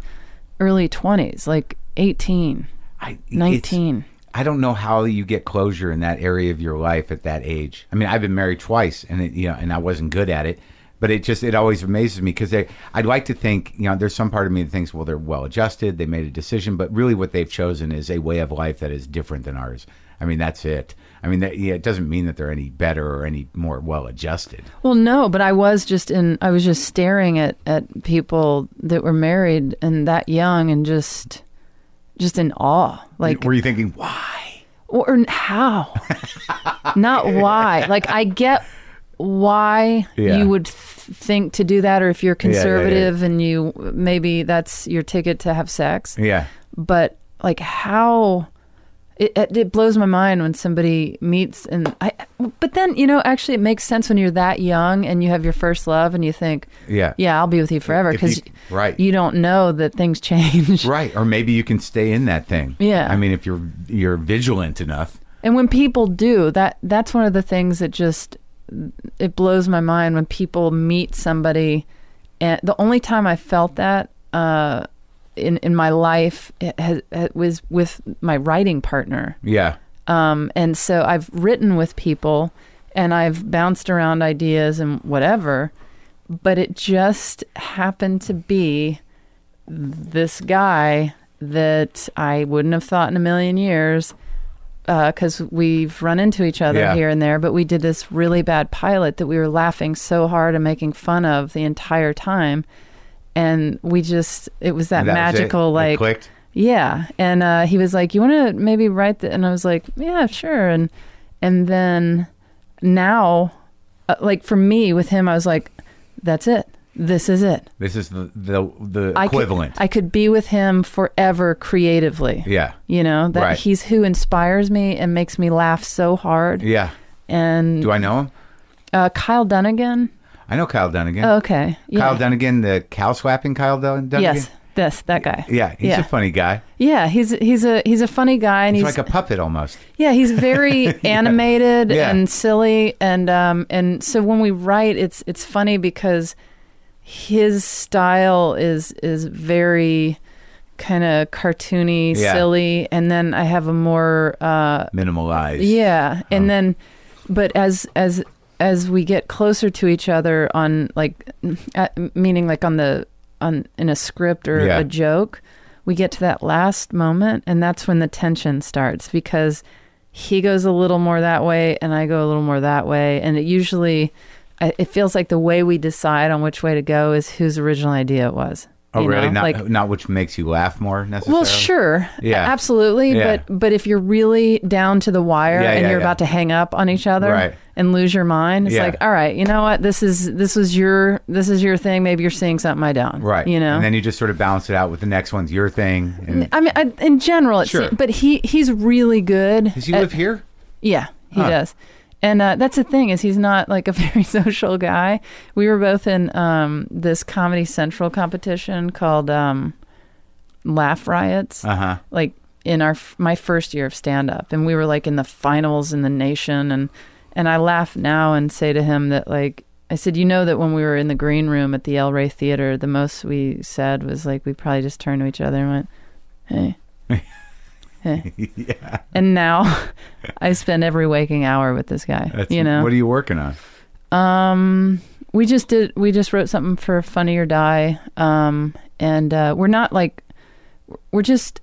Speaker 2: early 20s, like 18,
Speaker 1: I, it's-
Speaker 2: 19.
Speaker 1: I don't know how you get closure in that area of your life at that age. I mean, I've been married twice, and it, you know, and I wasn't good at it. But it just it always amazes me because I'd like to think you know there's some part of me that thinks well they're well adjusted they made a decision but really what they've chosen is a way of life that is different than ours. I mean that's it. I mean that, yeah, it doesn't mean that they're any better or any more well adjusted.
Speaker 2: Well, no, but I was just in, I was just staring at, at people that were married and that young and just, just in awe. Like,
Speaker 1: Were you thinking why?
Speaker 2: or or
Speaker 1: <laughs>
Speaker 2: how? not why. Like, I get why
Speaker 1: Yeah.
Speaker 2: you would th- think to do that, or if you're
Speaker 1: yeah, yeah.
Speaker 2: conservative and you maybe that's your ticket to have sex.
Speaker 1: Yeah,
Speaker 2: but like how it, it, it blows my mind when somebody meets and I, but then you know actually it makes sense when you're that young and you have your first love and you think
Speaker 1: Yeah.
Speaker 2: yeah I'll be with you forever
Speaker 1: If you-
Speaker 2: because
Speaker 1: right.
Speaker 2: you don't know that things <laughs> change
Speaker 1: right. Or maybe you can stay in that thing.
Speaker 2: Yeah.
Speaker 1: I mean if you're you're vigilant enough.
Speaker 2: and when people do that that's one of the things that just it blows my mind when people meet somebody and the only time i felt that uh, in in my life has, was with my writing partner
Speaker 1: Yeah.
Speaker 2: Um, and so I've written with people and I've bounced around ideas and whatever, but it just happened to be this guy that I wouldn't have thought in a million years because we've run into each other
Speaker 1: Yeah.
Speaker 2: here and there, but we did this really bad pilot that we were laughing so hard and making fun of the entire time. And we just, it was that,
Speaker 1: That was it.
Speaker 2: magical,
Speaker 1: It
Speaker 2: like,
Speaker 1: clicked?
Speaker 2: yeah, and uh, he was like, "You want to maybe write the?" And I was like, "Yeah, sure." And and then now, uh, like for me with him, I was like, "That's it. This is it.
Speaker 1: This is the the, the
Speaker 2: I could-
Speaker 1: equivalent.
Speaker 2: I could be with him forever creatively.
Speaker 1: yeah.
Speaker 2: You know that
Speaker 1: Right.
Speaker 2: he's who inspires me and makes me laugh so hard.
Speaker 1: Yeah.
Speaker 2: And
Speaker 1: Do I know him?
Speaker 2: uh, Kyle Dunnigan. Oh,
Speaker 1: I know Kyle Dunnigan.
Speaker 2: Okay. Yeah.
Speaker 1: Kyle Dunnigan, the cow swapping Kyle Dun- Dunnigan.
Speaker 2: Yes. This that guy.
Speaker 1: Yeah, he's
Speaker 2: yeah.
Speaker 1: a funny guy.
Speaker 2: yeah. He's he's a he's a funny guy and
Speaker 1: He's,
Speaker 2: he's,
Speaker 1: like a puppet almost.
Speaker 2: Yeah, he's
Speaker 1: <laughs>
Speaker 2: very animated
Speaker 1: Yeah.
Speaker 2: and silly, and um, and so when we write, it's it's funny because his style is is very kind of cartoony,
Speaker 1: Yeah.
Speaker 2: silly, and then I have a more uh,
Speaker 1: Minimalized.
Speaker 2: yeah,
Speaker 1: Um,
Speaker 2: and then but as as as we get closer to each other on like at, meaning like on the on in a script or
Speaker 1: Yeah.
Speaker 2: a joke, we get to that last moment and that's when the tension starts because he goes a little more that way and I go a little more that way and it usually I- it feels like the way we decide on which way to go is whose original idea it was.
Speaker 1: Oh,
Speaker 2: you
Speaker 1: really?
Speaker 2: know?
Speaker 1: Not
Speaker 2: Like-
Speaker 1: not which makes you laugh more necessarily.
Speaker 2: well, sure.
Speaker 1: Yeah.
Speaker 2: Absolutely.
Speaker 1: Yeah.
Speaker 2: But but if you're really down to the wire
Speaker 1: Yeah,
Speaker 2: and
Speaker 1: yeah,
Speaker 2: you're
Speaker 1: yeah.
Speaker 2: about to hang up on each other
Speaker 1: Right.
Speaker 2: and lose your mind, it's
Speaker 1: Yeah.
Speaker 2: like, all right, you know what? This is this was your this is your thing. Maybe you're seeing something I don't.
Speaker 1: Right.
Speaker 2: You know.
Speaker 1: And then you just sort of balance it out with the next one's your thing. And
Speaker 2: I mean, I, in general, it's
Speaker 1: Sure.
Speaker 2: but he he's really good.
Speaker 1: does he
Speaker 2: at-
Speaker 1: live here?
Speaker 2: yeah, he
Speaker 1: Huh.
Speaker 2: does. And uh, that's the thing is he's not like a <laughs> very social guy. We were both in um, this Comedy Central competition called um, Laugh Riots.
Speaker 1: Uh huh.
Speaker 2: like in our my first year of stand up and we were like in the finals in the nation and and I laugh now and say to him that like I said you know that when we were in the green room at the El Rey Theater the most we said was like we probably just turned to each other and went hey hey and now <laughs> I spend every waking hour with this guy
Speaker 1: That's,
Speaker 2: you know
Speaker 1: What are you working on?
Speaker 2: um, we just did. We just wrote something for Funny or Die. Um, and uh, we're not like, we're just,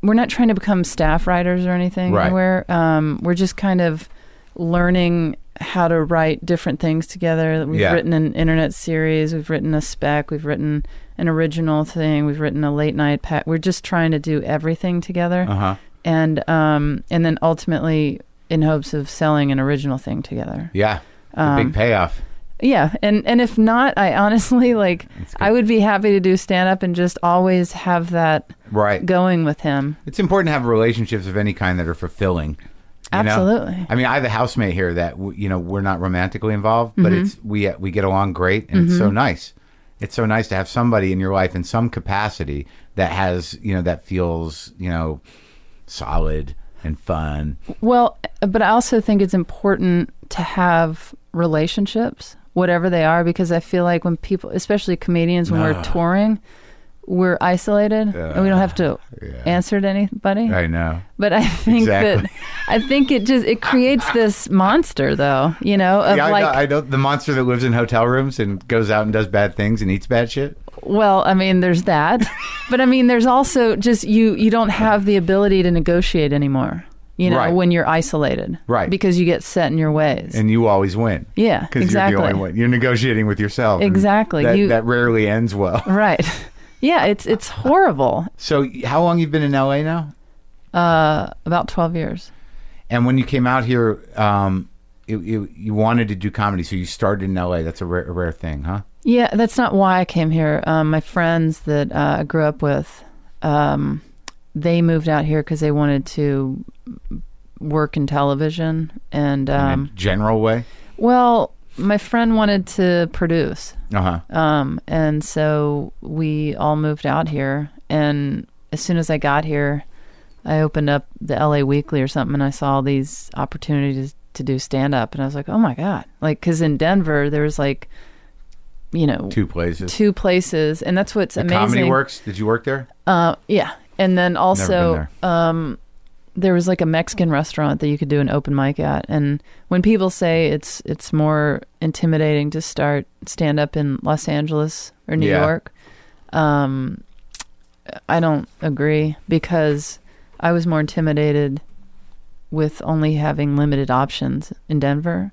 Speaker 2: we're not trying to become staff writers or anything.
Speaker 1: Right.
Speaker 2: Anywhere. Um, we're just kind of learning how to write different things together. We've
Speaker 1: Yeah.
Speaker 2: written an internet series. We've written a spec. We've written an original thing. We've written a late night. Pa- we're just trying to do everything together.
Speaker 1: Uh huh.
Speaker 2: And um, and then ultimately in hopes of selling an original thing together.
Speaker 1: Yeah. The big payoff.
Speaker 2: Yeah, and and if not, I honestly <laughs> like I would be happy to do stand up and just always have that
Speaker 1: Right.
Speaker 2: going with him.
Speaker 1: It's important to have relationships of any kind that are fulfilling. you know?
Speaker 2: Absolutely.
Speaker 1: I mean, I have a housemate here that w- you know we're not romantically involved, but
Speaker 2: Mm-hmm.
Speaker 1: it's we uh, we get along great, and it's so nice. It's so nice to have somebody in your life in some capacity that has you know that feels you know solid and fun.
Speaker 2: Well, but I also think it's important to have relationships, whatever they are, because I feel like when people, especially comedians, when we're touring, we're isolated and we don't have to answer to anybody.
Speaker 1: I know.
Speaker 2: But I think that
Speaker 1: Exactly.
Speaker 2: I think it just it creates this monster, though, you know, of
Speaker 1: Yeah, I,
Speaker 2: like,
Speaker 1: know, I know the monster that lives in hotel rooms and goes out and does bad things and eats bad shit.
Speaker 2: well, I mean,
Speaker 1: <laughs>
Speaker 2: there's that, but I mean, there's also just you you don't have the ability to negotiate anymore. You know,
Speaker 1: Right.
Speaker 2: when you're isolated,
Speaker 1: Right.
Speaker 2: Because you get set in your ways.
Speaker 1: and you always win.
Speaker 2: Yeah,
Speaker 1: because
Speaker 2: exactly.
Speaker 1: you're the only one. You're negotiating with yourself. and
Speaker 2: Exactly.
Speaker 1: That,
Speaker 2: You-
Speaker 1: that rarely ends well.
Speaker 2: <laughs> Right. Yeah, it's it's horrible.
Speaker 1: So, how long you've been in LA now?
Speaker 2: Uh, about twelve years.
Speaker 1: And when you came out here, um, you- you you wanted to do comedy, so you started in LA. That's a rare, a rare thing, huh?
Speaker 2: Yeah, that's not why I came here. Um, my friends that uh, I grew up with, um, they moved out here because they wanted to work in television. And
Speaker 1: In
Speaker 2: um,
Speaker 1: a general way.
Speaker 2: well, my friend wanted to produce,
Speaker 1: Uh huh.
Speaker 2: um, and so we all moved out here. And as soon as I got here, I opened up the LA Weekly or something, and I saw all these opportunities to do stand up, and I was like, oh my god, like because in Denver there was like, you know,
Speaker 1: Two places.
Speaker 2: two places, and that's what's amazing.
Speaker 1: Comedy Works. Did you work there?
Speaker 2: Uh, yeah, and then also
Speaker 1: Never been
Speaker 2: there. Um, there was like a Mexican restaurant that you could do an open mic at, and when people say it's it's more intimidating to start stand up in Los Angeles or New
Speaker 1: Yeah.
Speaker 2: York, um, I don't agree because I was more intimidated with only having limited options in Denver,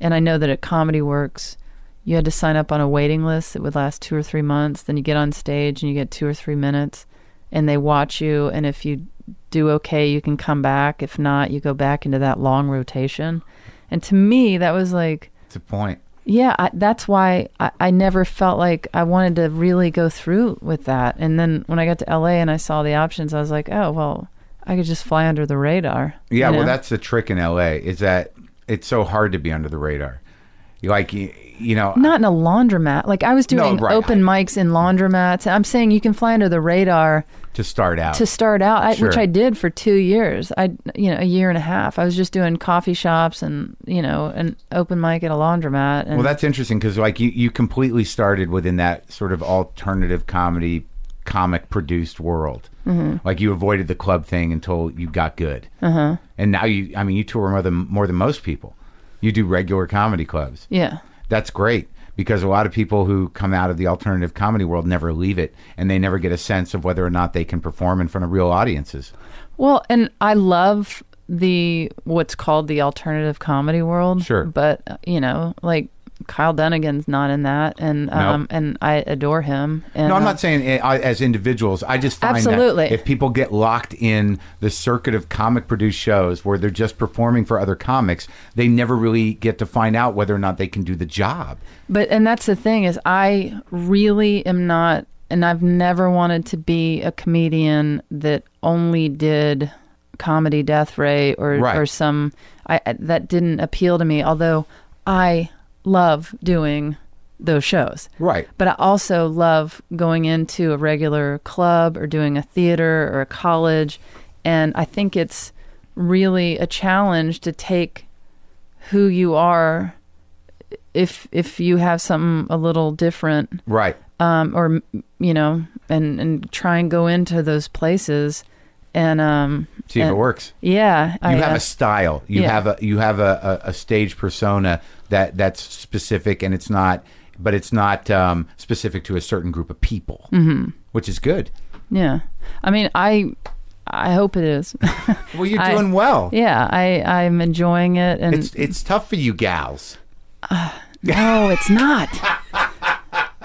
Speaker 2: and I know that at Comedy Works. You had to sign up on a waiting list that would last two or three months. Then you get on stage and you get two or three minutes, and they watch you. And if you do okay, you can come back. If not, you go back into that long rotation. And to me, that was like,
Speaker 1: It's a point.
Speaker 2: yeah, I, that's why I, I never felt like I wanted to really go through with that. And then when I got to LA and I saw the options, I was like, oh, well, I could just fly under the radar.
Speaker 1: Yeah,
Speaker 2: you
Speaker 1: well,
Speaker 2: know?
Speaker 1: that's the trick in LA is that it's so hard to be under the radar. Like you, you know,
Speaker 2: not in a laundromat. Like I was
Speaker 1: No,
Speaker 2: doing
Speaker 1: right.
Speaker 2: open mics in laundromats. I'm saying you can fly under the radar
Speaker 1: to start out.
Speaker 2: to start out, I, which
Speaker 1: Sure.
Speaker 2: I did for two years. I, you know, a year and a half. I was just doing coffee shops and you know, an open mic at a laundromat. And
Speaker 1: Well, that's interesting because like you, you completely started within that sort of alternative comedy, comic produced world. Like you avoided the club thing until you got good, uh-huh. and now you. I mean, you tour more than more than most people. You do regular comedy clubs.
Speaker 2: yeah,
Speaker 1: That's great because a lot of people who come out of the alternative comedy world never leave it, and they never get a sense of whether or not they can perform in front of real audiences.
Speaker 2: well, and I love the what's called the alternative comedy world.
Speaker 1: Sure.
Speaker 2: but uh, you know, like Kyle Dunnigan's not in that, and um, and I adore him. And,
Speaker 1: No, I'm
Speaker 2: uh,
Speaker 1: not saying eh, I- as individuals. I just find
Speaker 2: Absolutely.
Speaker 1: that if people get locked in the circuit of comic produced shows where they're just performing for other comics, they never really get to find out whether or not they can do the job.
Speaker 2: But and that's the thing is I really am not and I've never wanted to be a comedian that only did comedy death ray or
Speaker 1: Right.
Speaker 2: or some I I- that didn't appeal to me although I love doing those shows.
Speaker 1: Right.
Speaker 2: But I also love going into a regular club or doing a theater or a college and I think it's really a challenge to take who you are if if you have something a little different
Speaker 1: Right.
Speaker 2: um or you know and and try and go into those places and um
Speaker 1: See if it
Speaker 2: and-
Speaker 1: works.
Speaker 2: yeah I,
Speaker 1: You have
Speaker 2: uh,
Speaker 1: a style. You
Speaker 2: yeah.
Speaker 1: have a you have a, a, a stage persona that that's specific and it's not, but it's not um, specific to a certain group of people, mm-hmm. which is good.
Speaker 2: yeah i mean i i hope it is <laughs>
Speaker 1: Well, you're
Speaker 2: I-
Speaker 1: doing well.
Speaker 2: yeah i i'm enjoying it and
Speaker 1: It's it's tough for you gals.
Speaker 2: no it's not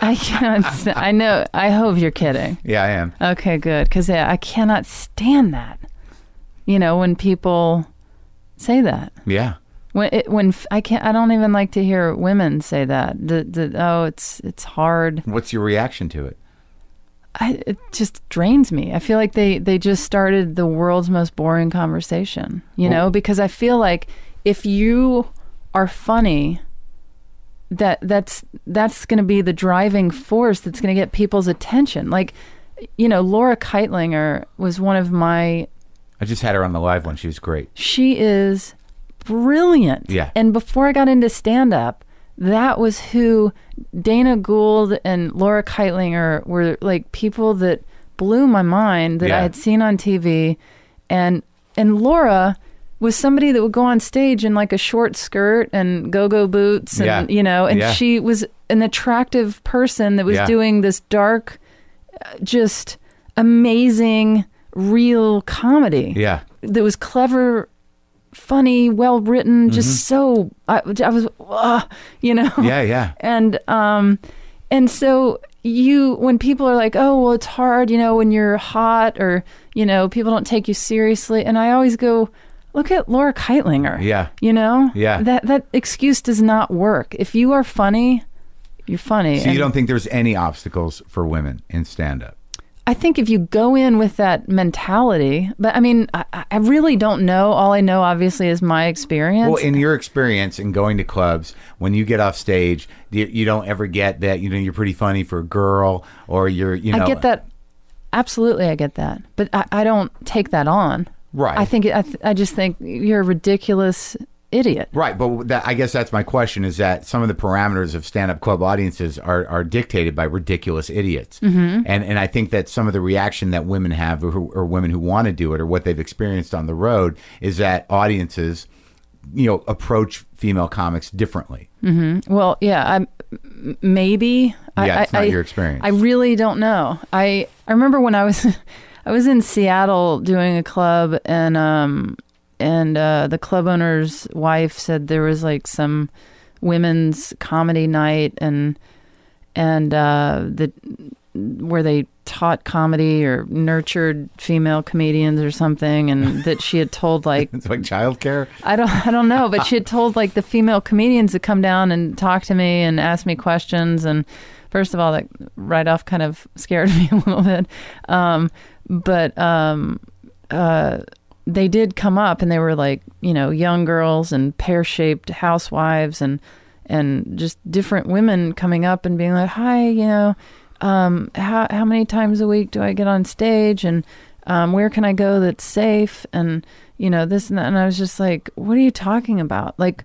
Speaker 2: i can't s- i know i hope you're kidding
Speaker 1: Yeah, I am.
Speaker 2: Okay, good. Because yeah, I cannot stand that. You know, when people say that.
Speaker 1: Yeah.
Speaker 2: When it, when f- I can't, I don't even like to hear women say that. The, the, oh, it's it's hard.
Speaker 1: What's your reaction to it?
Speaker 2: I, it just drains me. I feel like they they just started the world's most boring conversation. You know, because I feel like if you are funny, that that's that's going to be the driving force that's going to get people's attention. Like, you know, Laura Keitlinger was one of my
Speaker 1: I just had her on the live one. She was great.
Speaker 2: she is brilliant.
Speaker 1: Yeah.
Speaker 2: And before I got into stand up, that was who Dana Gould and Laura Keitlinger were like people that blew my mind that
Speaker 1: Yeah.
Speaker 2: I had seen on TV and and Laura was somebody that would go on stage in like a short skirt and go-go boots and
Speaker 1: Yeah.
Speaker 2: you know and
Speaker 1: Yeah.
Speaker 2: she was an attractive person that was
Speaker 1: Yeah.
Speaker 2: doing this dark uh, just amazing real comedy
Speaker 1: Yeah.
Speaker 2: that was clever, funny, well written, just so I, I was, uh, you know,
Speaker 1: Mm-hmm. Yeah, yeah.
Speaker 2: <laughs> and um, and so you when people are like, oh well, it's hard, you know, when you're hot or you know people don't take you seriously, and I always go, look at Laura Keitlinger,
Speaker 1: Yeah.
Speaker 2: you know,
Speaker 1: Yeah.
Speaker 2: that that excuse does not work. If you are funny, you're funny.
Speaker 1: So you
Speaker 2: And
Speaker 1: don't think there's any obstacles for women in stand up?
Speaker 2: I think if you go in with that mentality, but I mean, I, I- I really don't know. All I know, obviously, is my experience.
Speaker 1: Well, in your experience in going to clubs, when you get off stage, you, you don't ever get that, you know, you're pretty funny for a girl or you're, you know.
Speaker 2: I get that. Absolutely, I get that. But I, I don't take that on.
Speaker 1: Right.
Speaker 2: I think I, th- I just think you're a ridiculous idiot.
Speaker 1: Right, but that, I guess that's my question: is that some of the parameters of stand-up club audiences are, are dictated by ridiculous idiots, mm-hmm. and and I think that some of the reaction that women have, or, who, or women who want to do it, or what they've experienced on the road, is that audiences, you know, approach female comics differently.
Speaker 2: Mm-hmm. Well, yeah, I m- maybe.
Speaker 1: Yeah,
Speaker 2: I,
Speaker 1: it's not
Speaker 2: I-
Speaker 1: your experience.
Speaker 2: I really don't know. I I remember when I was <laughs> I was in Seattle doing a club and um and uh, the club owner's wife said there was like some women's comedy night and and uh, the where they taught comedy or nurtured female comedians or something and that she had
Speaker 1: <laughs>
Speaker 2: told like
Speaker 1: It's like childcare.
Speaker 2: I don't I don't know, but she had told like the female comedians to come down and talk to me and ask me questions and first of all that right off kind of scared <laughs> me a little bit. Um, but um, uh, they did come up and they were like, you know, young girls and pear-shaped housewives and and just different women coming up and being like, "Hi, you know, um, how how many times a week do I get on stage and um, where can I go that's safe and you know this and that?" And I was just like, "What are you talking about? Like,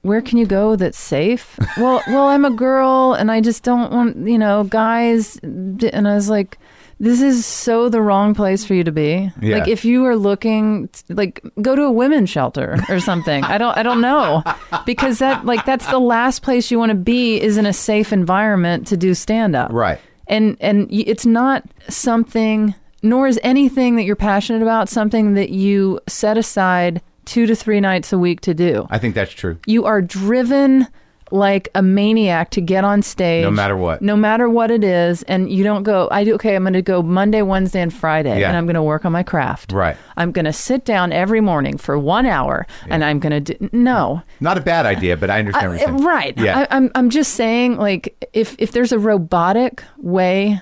Speaker 2: where can you go that's safe?" <laughs> well, well, I'm a girl and I just don't want you know guys. And I was like. This is so the wrong place for you to be.
Speaker 1: Yeah.
Speaker 2: Like if you are looking t- like go to a women's shelter or something. I don't I don't know because that like that's the last place you want to be is in a safe environment to do stand up
Speaker 1: Right.
Speaker 2: and and y- it's not something nor is anything that you're passionate about something that you set aside two to three nights a week to do
Speaker 1: I think that's true.
Speaker 2: you are driven like a maniac to get on stage
Speaker 1: No matter what.
Speaker 2: no matter what it is and you don't go i do okay i'm going to go monday wednesday and friday
Speaker 1: Yeah.
Speaker 2: and i'm going to work on my craft
Speaker 1: Right.
Speaker 2: i'm going to sit down every morning for one hour and i'm going to do no
Speaker 1: Not a bad idea, but I understand. what
Speaker 2: uh,
Speaker 1: you're saying.
Speaker 2: right
Speaker 1: Yeah.
Speaker 2: I, I'm, I'm just saying like if if there's a robotic way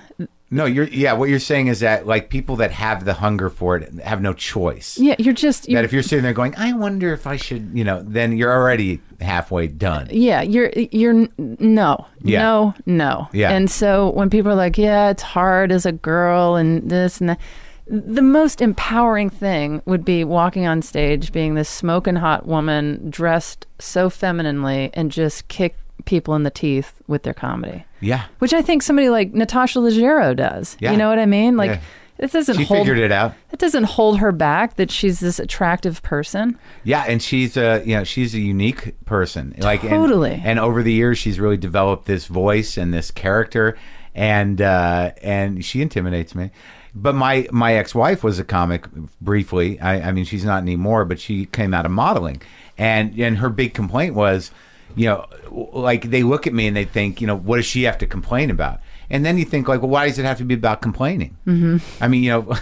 Speaker 1: no, you're. Yeah. What you're saying is that like people that have the hunger for it have no choice.
Speaker 2: yeah you're just you're,
Speaker 1: that if you're sitting there going, I wonder if I should, you know, then you're already halfway done.
Speaker 2: yeah you're you're n- no
Speaker 1: Yeah.
Speaker 2: no no
Speaker 1: Yeah.
Speaker 2: and so when people are like yeah it's hard as a girl and this and that the most empowering thing would be walking on stage being this smoking hot woman dressed so femininely and just kick people in the teeth with their comedy
Speaker 1: Yeah.
Speaker 2: which i think somebody like natasha leggero does
Speaker 1: Yeah.
Speaker 2: you know what i mean like
Speaker 1: Yeah.
Speaker 2: It doesn't
Speaker 1: She
Speaker 2: hold.
Speaker 1: figured it out.
Speaker 2: It doesn't hold her back that she's this attractive person.
Speaker 1: Yeah, and she's a you know she's a unique person. Like and-
Speaker 2: Totally.
Speaker 1: And, over the years, she's really developed this voice and this character, and uh, and she intimidates me. But my my ex wife was a comic briefly. I, I mean, she's not anymore, but she came out of modeling, and and her big complaint was, you know, w- like they look at me and they think, you know, what does she have to complain about? And then you think like, well, why does it have to be about complaining? Mm-hmm. I <laughs> mean, you know,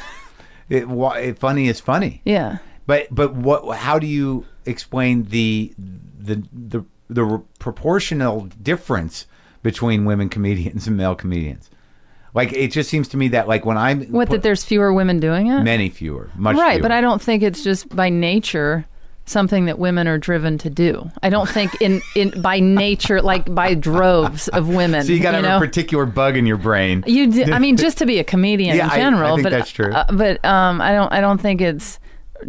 Speaker 1: it, why, funny is funny.
Speaker 2: Yeah.
Speaker 1: But but what? How do you explained the the the the proportional difference between women comedians and male comedians. Like it just seems to me that like when I'm
Speaker 2: What that there's fewer women doing it?
Speaker 1: many fewer, much
Speaker 2: right,
Speaker 1: fewer.
Speaker 2: but I don't think it's just by nature something that women are driven to do. I don't think in in by nature like by droves of women.
Speaker 1: <laughs> so you got to have
Speaker 2: know?
Speaker 1: a particular bug in your brain.
Speaker 2: You do, I mean, just to be a comedian
Speaker 1: Yeah,
Speaker 2: in
Speaker 1: I- I
Speaker 2: general,
Speaker 1: think
Speaker 2: but
Speaker 1: that's true.
Speaker 2: uh, but um, I don't, I don't think it's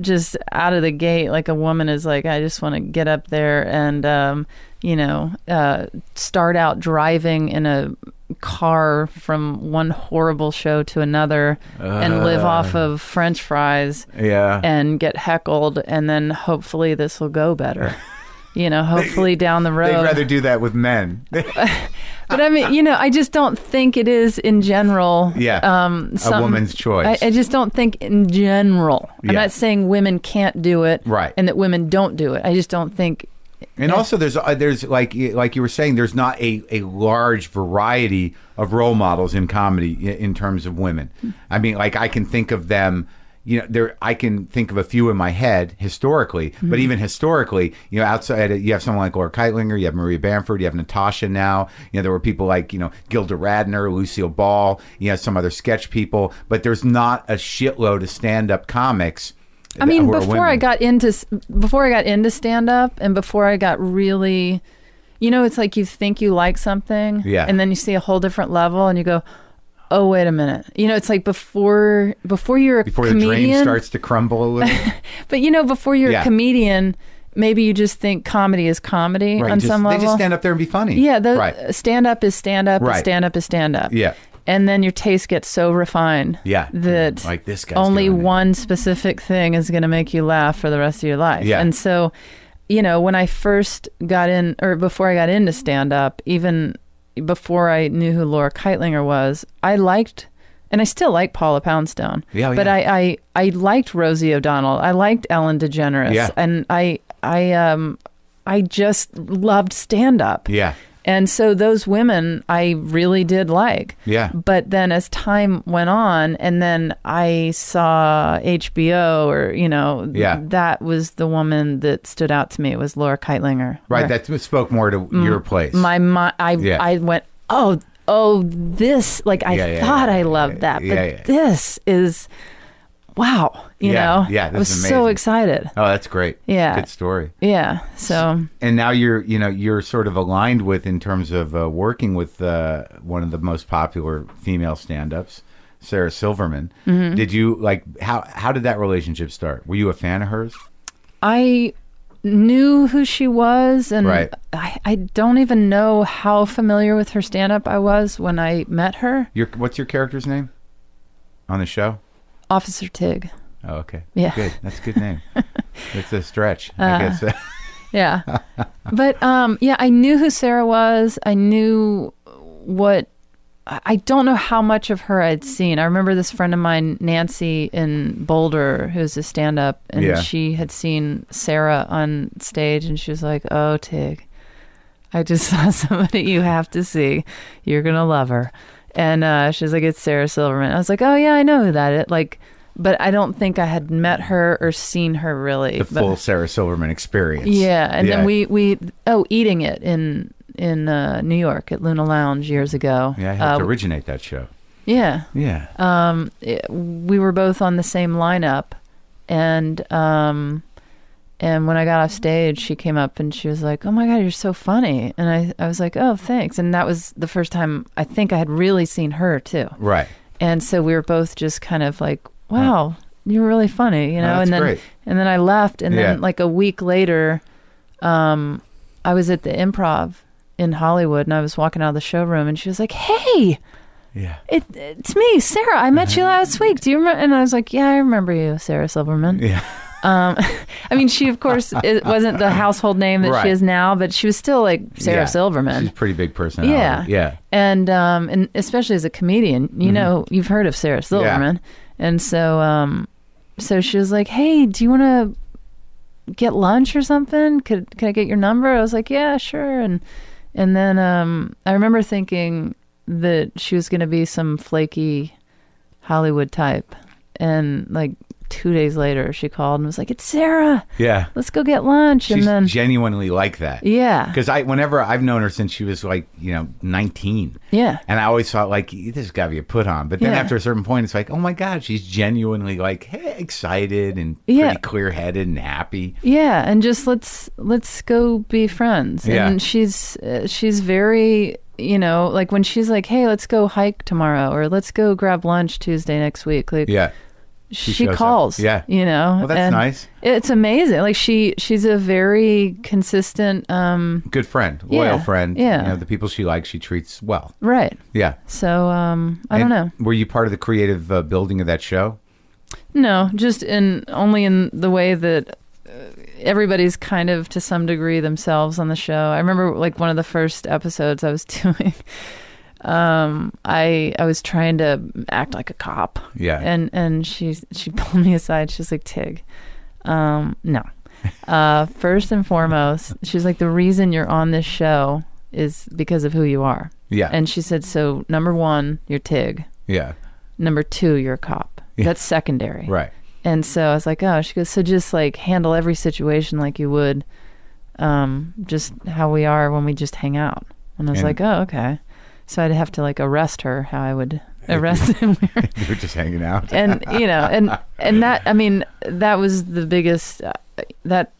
Speaker 2: just out of the gate. Like a woman is like, I just want to get up there and um, you know, uh, start out driving in a car from one horrible show to another and live
Speaker 1: Uh,
Speaker 2: off of French fries
Speaker 1: yeah.
Speaker 2: and get heckled, and then hopefully this will go better. <laughs> You know, hopefully down the road.
Speaker 1: They'd rather do that with men.
Speaker 2: But I mean, you know, I just don't think it is in general.
Speaker 1: Yeah,
Speaker 2: Um, some-
Speaker 1: woman's choice.
Speaker 2: I, I just don't think in general. I'm
Speaker 1: Yeah.
Speaker 2: not saying women can't do it,
Speaker 1: Right.
Speaker 2: And that women don't do it. I just don't think.
Speaker 1: And also, there's uh, there's like like you were saying, there's not a, a large variety of role models in comedy i- in terms of women. I mean, like I can think of them, you know, there I can think of a few in my head historically,
Speaker 2: Mm-hmm.
Speaker 1: but even historically, you know, outside of- you have someone like Laura Keitlinger, you have Maria Bamford, you have Natasha now. You know, there were people like you know Gilda Radner, Lucille Ball, you know, some other sketch people, but there's not a shitload of stand up comics.
Speaker 2: I mean,
Speaker 1: who are
Speaker 2: before I
Speaker 1: women.
Speaker 2: got into s- before I got into stand up, and before I got really, you know, it's like you think you like something,
Speaker 1: Yeah.
Speaker 2: and then you see a whole different level, and you go. Oh wait a minute! You know, it's like before before you're a
Speaker 1: before
Speaker 2: comedian,
Speaker 1: the dream starts to crumble a little.
Speaker 2: But you know, before you're
Speaker 1: Yeah.
Speaker 2: a comedian, maybe you just think comedy is comedy
Speaker 1: Right,
Speaker 2: on
Speaker 1: just-
Speaker 2: some level.
Speaker 1: They just stand up there and be funny.
Speaker 2: yeah, the uh,
Speaker 1: right.
Speaker 2: stand up is stand up,
Speaker 1: Right.
Speaker 2: stand up is stand up.
Speaker 1: Yeah.
Speaker 2: And then your taste gets so refined
Speaker 1: Yeah. Mm-hmm.
Speaker 2: that
Speaker 1: Like, this guy's
Speaker 2: only
Speaker 1: doing it.
Speaker 2: one specific thing is going to make you laugh for the rest of your life.
Speaker 1: Yeah.
Speaker 2: And so, you know, when I first got in, or before I got into stand up, even before I knew who Laura Keitlinger was, I liked, and I still like Paula Poundstone.
Speaker 1: Yeah, oh,
Speaker 2: but
Speaker 1: yeah.
Speaker 2: I, I, I liked Rosie O'Donnell. I liked Ellen DeGeneres.
Speaker 1: Yeah.
Speaker 2: And I, I, um, I just loved stand up.
Speaker 1: Yeah.
Speaker 2: And so those women I really did like.
Speaker 1: Yeah.
Speaker 2: But then as time went on and then I saw HBO or you know
Speaker 1: Yeah.
Speaker 2: that was the woman that stood out to me It was Laura Keitlinger.
Speaker 1: Right.
Speaker 2: Where
Speaker 1: That spoke more to your place.
Speaker 2: Mm, my my I
Speaker 1: Yeah.
Speaker 2: I went, "Oh, oh this like I
Speaker 1: Yeah, yeah,
Speaker 2: thought
Speaker 1: yeah,
Speaker 2: I
Speaker 1: yeah,
Speaker 2: loved
Speaker 1: yeah,
Speaker 2: that, but
Speaker 1: yeah, yeah.
Speaker 2: this is wow, you
Speaker 1: Yeah,
Speaker 2: know.
Speaker 1: yeah,
Speaker 2: I
Speaker 1: this
Speaker 2: was
Speaker 1: is
Speaker 2: so
Speaker 1: amazing.
Speaker 2: excited.
Speaker 1: oh, that's great.
Speaker 2: Yeah.
Speaker 1: Good story.
Speaker 2: Yeah. So
Speaker 1: And now you're, you know, you're sort of aligned with in terms of uh, working with uh, one of the most popular female stand-ups, Sarah Silverman.
Speaker 2: Mm-hmm.
Speaker 1: Did you like how how did that relationship start? Were you a fan of hers?
Speaker 2: I knew who she was, and
Speaker 1: Right.
Speaker 2: I, I don't even know how familiar with her stand up I was when I met her.
Speaker 1: Your what's your character's name on the show?
Speaker 2: Officer Tig.
Speaker 1: Oh, okay.
Speaker 2: Yeah. Uh,
Speaker 1: Good. That's a good
Speaker 2: <laughs>
Speaker 1: name. it's a stretch, I guess. <laughs>
Speaker 2: Yeah. but um, yeah, I knew who Sarah was. I knew what. I I don't know how much of her I'd seen. I remember this friend of mine, Nancy in Boulder, who's a stand up, and
Speaker 1: Yeah.
Speaker 2: she had seen Sarah on stage, and she was like, Oh, Tig, I just <laughs> saw somebody you have to see. You're gonna love her. And uh, she was like, It's Sarah Silverman. I was like, Oh yeah, I know who that is. Like, but I don't think I had met her or seen her really.
Speaker 1: the
Speaker 2: But-
Speaker 1: full Sarah Silverman experience.
Speaker 2: yeah, and
Speaker 1: Yeah.
Speaker 2: then we we oh eating it in in uh, New York at Luna Lounge years ago.
Speaker 1: Yeah, I helped
Speaker 2: Uh,
Speaker 1: originate that show.
Speaker 2: yeah.
Speaker 1: Yeah.
Speaker 2: Um, it- we were both on the same lineup, and um, and when I got off stage, she came up and she was like, "Oh my god, you're so funny!" And I I was like, "Oh, thanks." And that was the first time I think I had really seen her too.
Speaker 1: right.
Speaker 2: and so we were both just kind of like wow you're really funny you know
Speaker 1: that's
Speaker 2: and then
Speaker 1: great.
Speaker 2: and then i left and
Speaker 1: Yeah.
Speaker 2: then like a week later um i was at the improv in hollywood and i was walking out of the showroom and she was like hey
Speaker 1: Yeah.
Speaker 2: it, it's me sarah i met
Speaker 1: Uh-huh.
Speaker 2: you last week do you remember and i was like yeah i remember you sarah silverman
Speaker 1: Yeah.
Speaker 2: <laughs> um i mean she of course it wasn't the household name that
Speaker 1: Right.
Speaker 2: she is now but she was still like sarah
Speaker 1: Yeah.
Speaker 2: silverman
Speaker 1: She's a pretty big personality. Yeah. Yeah.
Speaker 2: and um, and especially as a comedian, you know, you've heard of Sarah Silverman, and so um, so she was like, "Hey, do you want to get lunch or something? Could could I get your number?" I was like, "Yeah, sure." And and then um, I remember thinking that she was going to be some flaky Hollywood type, and like two days later, she called and was like, "It's Sarah.
Speaker 1: Yeah.
Speaker 2: Let's go get lunch."
Speaker 1: She's
Speaker 2: and then,
Speaker 1: genuinely like that.
Speaker 2: yeah,
Speaker 1: Because I, whenever I've known her since she was like, you know, 19.
Speaker 2: Yeah.
Speaker 1: And I always thought, like, this has got to be a put on. But then
Speaker 2: Yeah.
Speaker 1: after a certain point, it's like, oh my God, she's genuinely like, hey, excited and
Speaker 2: Yeah.
Speaker 1: pretty clear headed and happy.
Speaker 2: yeah, and just let's let's go be friends.
Speaker 1: Yeah.
Speaker 2: And she's uh, she's very you know like when she's like, "Hey, let's go hike tomorrow," or "Let's go grab lunch Tuesday next week." Like,
Speaker 1: Yeah.
Speaker 2: she,
Speaker 1: shows up.
Speaker 2: calls.
Speaker 1: Yeah.
Speaker 2: you know.
Speaker 1: Well, that's
Speaker 2: and
Speaker 1: nice.
Speaker 2: It's amazing. Like she she's a very consistent. um
Speaker 1: Good friend, loyal
Speaker 2: Yeah.
Speaker 1: friend.
Speaker 2: Yeah.
Speaker 1: You know, the people she likes, she treats well.
Speaker 2: Right.
Speaker 1: Yeah.
Speaker 2: So um I
Speaker 1: And
Speaker 2: don't know.
Speaker 1: Were you part of the creative uh, building of that show?
Speaker 2: No, just in only in the way that uh, everybody's kind of to some degree themselves on the show. I remember like one of the first episodes I was <laughs> doing. Um, I I was trying to act like a cop.
Speaker 1: Yeah.
Speaker 2: And and she she pulled me aside. She's like, Tig, um,
Speaker 1: <laughs>
Speaker 2: no. Uh, first and foremost, she's like, the reason you're on this show is because of who you are.
Speaker 1: Yeah.
Speaker 2: And she said, so number one, you're Tig.
Speaker 1: Yeah.
Speaker 2: Number two, you're a cop. That's secondary.
Speaker 1: Right.
Speaker 2: And so I was like, oh, she goes, so just like handle every situation like you would um, just how we are when we just hang out. And I was
Speaker 1: And-
Speaker 2: like, oh, okay. So I'd have to like arrest her how I
Speaker 1: <laughs>
Speaker 2: would arrest him.
Speaker 1: You were just hanging out.
Speaker 2: and, you know, and, and that, I mean, that was the biggest, uh, that,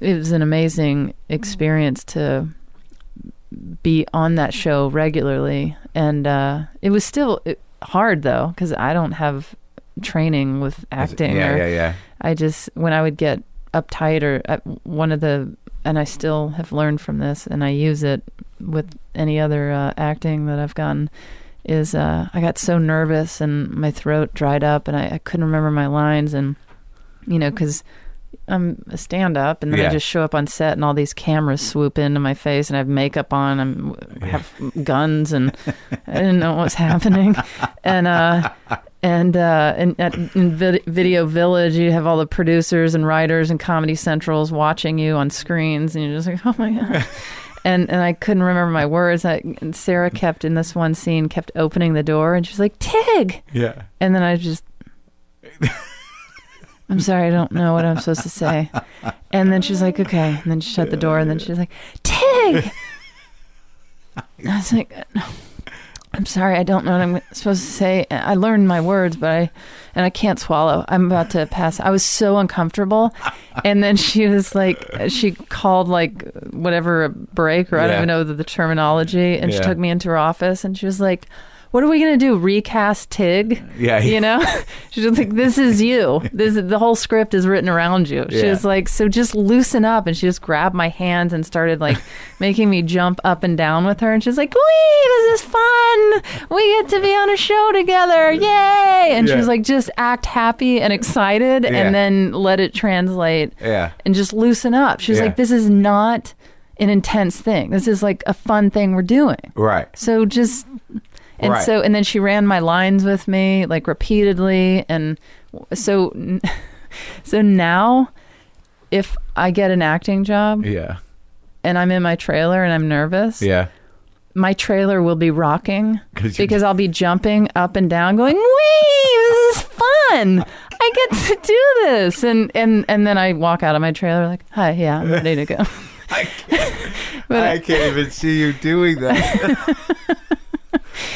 Speaker 2: it was an amazing experience to be on that show regularly. And uh, it was still uh, hard though, because I don't have training with acting
Speaker 1: Yeah,
Speaker 2: or
Speaker 1: yeah, yeah.
Speaker 2: I just when I would get uptight or uh, one of the and I still have learned from this and I use it with any other uh, acting that I've gotten is uh, I got so nervous and my throat dried up and I, I couldn't remember my lines and you know because I'm a stand up and then
Speaker 1: Yeah.
Speaker 2: I just show up on set and all these cameras swoop into my face and I have makeup on I'm I have guns and I didn't know what was happening and uh and uh and at in vid- video village you have all the producers and writers and comedy centrals watching you on screens and you're just like <laughs> oh my god and and I couldn't remember my words I, and Sarah kept in this one scene kept opening the door and she's like Tig
Speaker 1: Yeah.
Speaker 2: and then I just, I'm sorry, I don't know what I'm supposed to say. And then she's like, okay. And then she shut the door. And then she's like, Tig. I was like, "No, I'm sorry, I don't know what I'm supposed to say. I learned my words, but I, and I can't swallow. I'm about to pass. I was so uncomfortable. And then she was like, she called like whatever a break, or I don't
Speaker 1: Yeah.
Speaker 2: even know the, the terminology. And she
Speaker 1: Yeah.
Speaker 2: took me into her office and she was like, what are we going to do? Recast Tig?
Speaker 1: Yeah.
Speaker 2: you know <laughs> she's just like this is you this is, the whole script is written around you she
Speaker 1: Yeah.
Speaker 2: was like so just loosen up and she just grabbed my hands and started
Speaker 1: <laughs>
Speaker 2: like making me jump up and down with her and she's like wee this is fun we get to be on a show together yay and she
Speaker 1: Yeah.
Speaker 2: was like just act happy and excited
Speaker 1: Yeah.
Speaker 2: and then let it translate
Speaker 1: <laughs> Yeah.
Speaker 2: and just loosen up she was
Speaker 1: Yeah.
Speaker 2: like this is not an intense thing this is like a fun thing we're doing
Speaker 1: Right.
Speaker 2: so just and
Speaker 1: Right.
Speaker 2: so and then she ran my lines with me like repeatedly and so <laughs> so now if I get an acting job
Speaker 1: Yeah.
Speaker 2: and I'm in my trailer and I'm nervous,
Speaker 1: Yeah.
Speaker 2: my trailer will be rocking
Speaker 1: 'Cause you-
Speaker 2: because I'll be jumping up and down going, "Wee, this is fun. I get to do this." And and and then I walk out of my trailer like, "Hi, yeah, I'm ready to go."
Speaker 1: <laughs> I
Speaker 2: <laughs>
Speaker 1: can't, I can't even see you doing that.
Speaker 2: <laughs>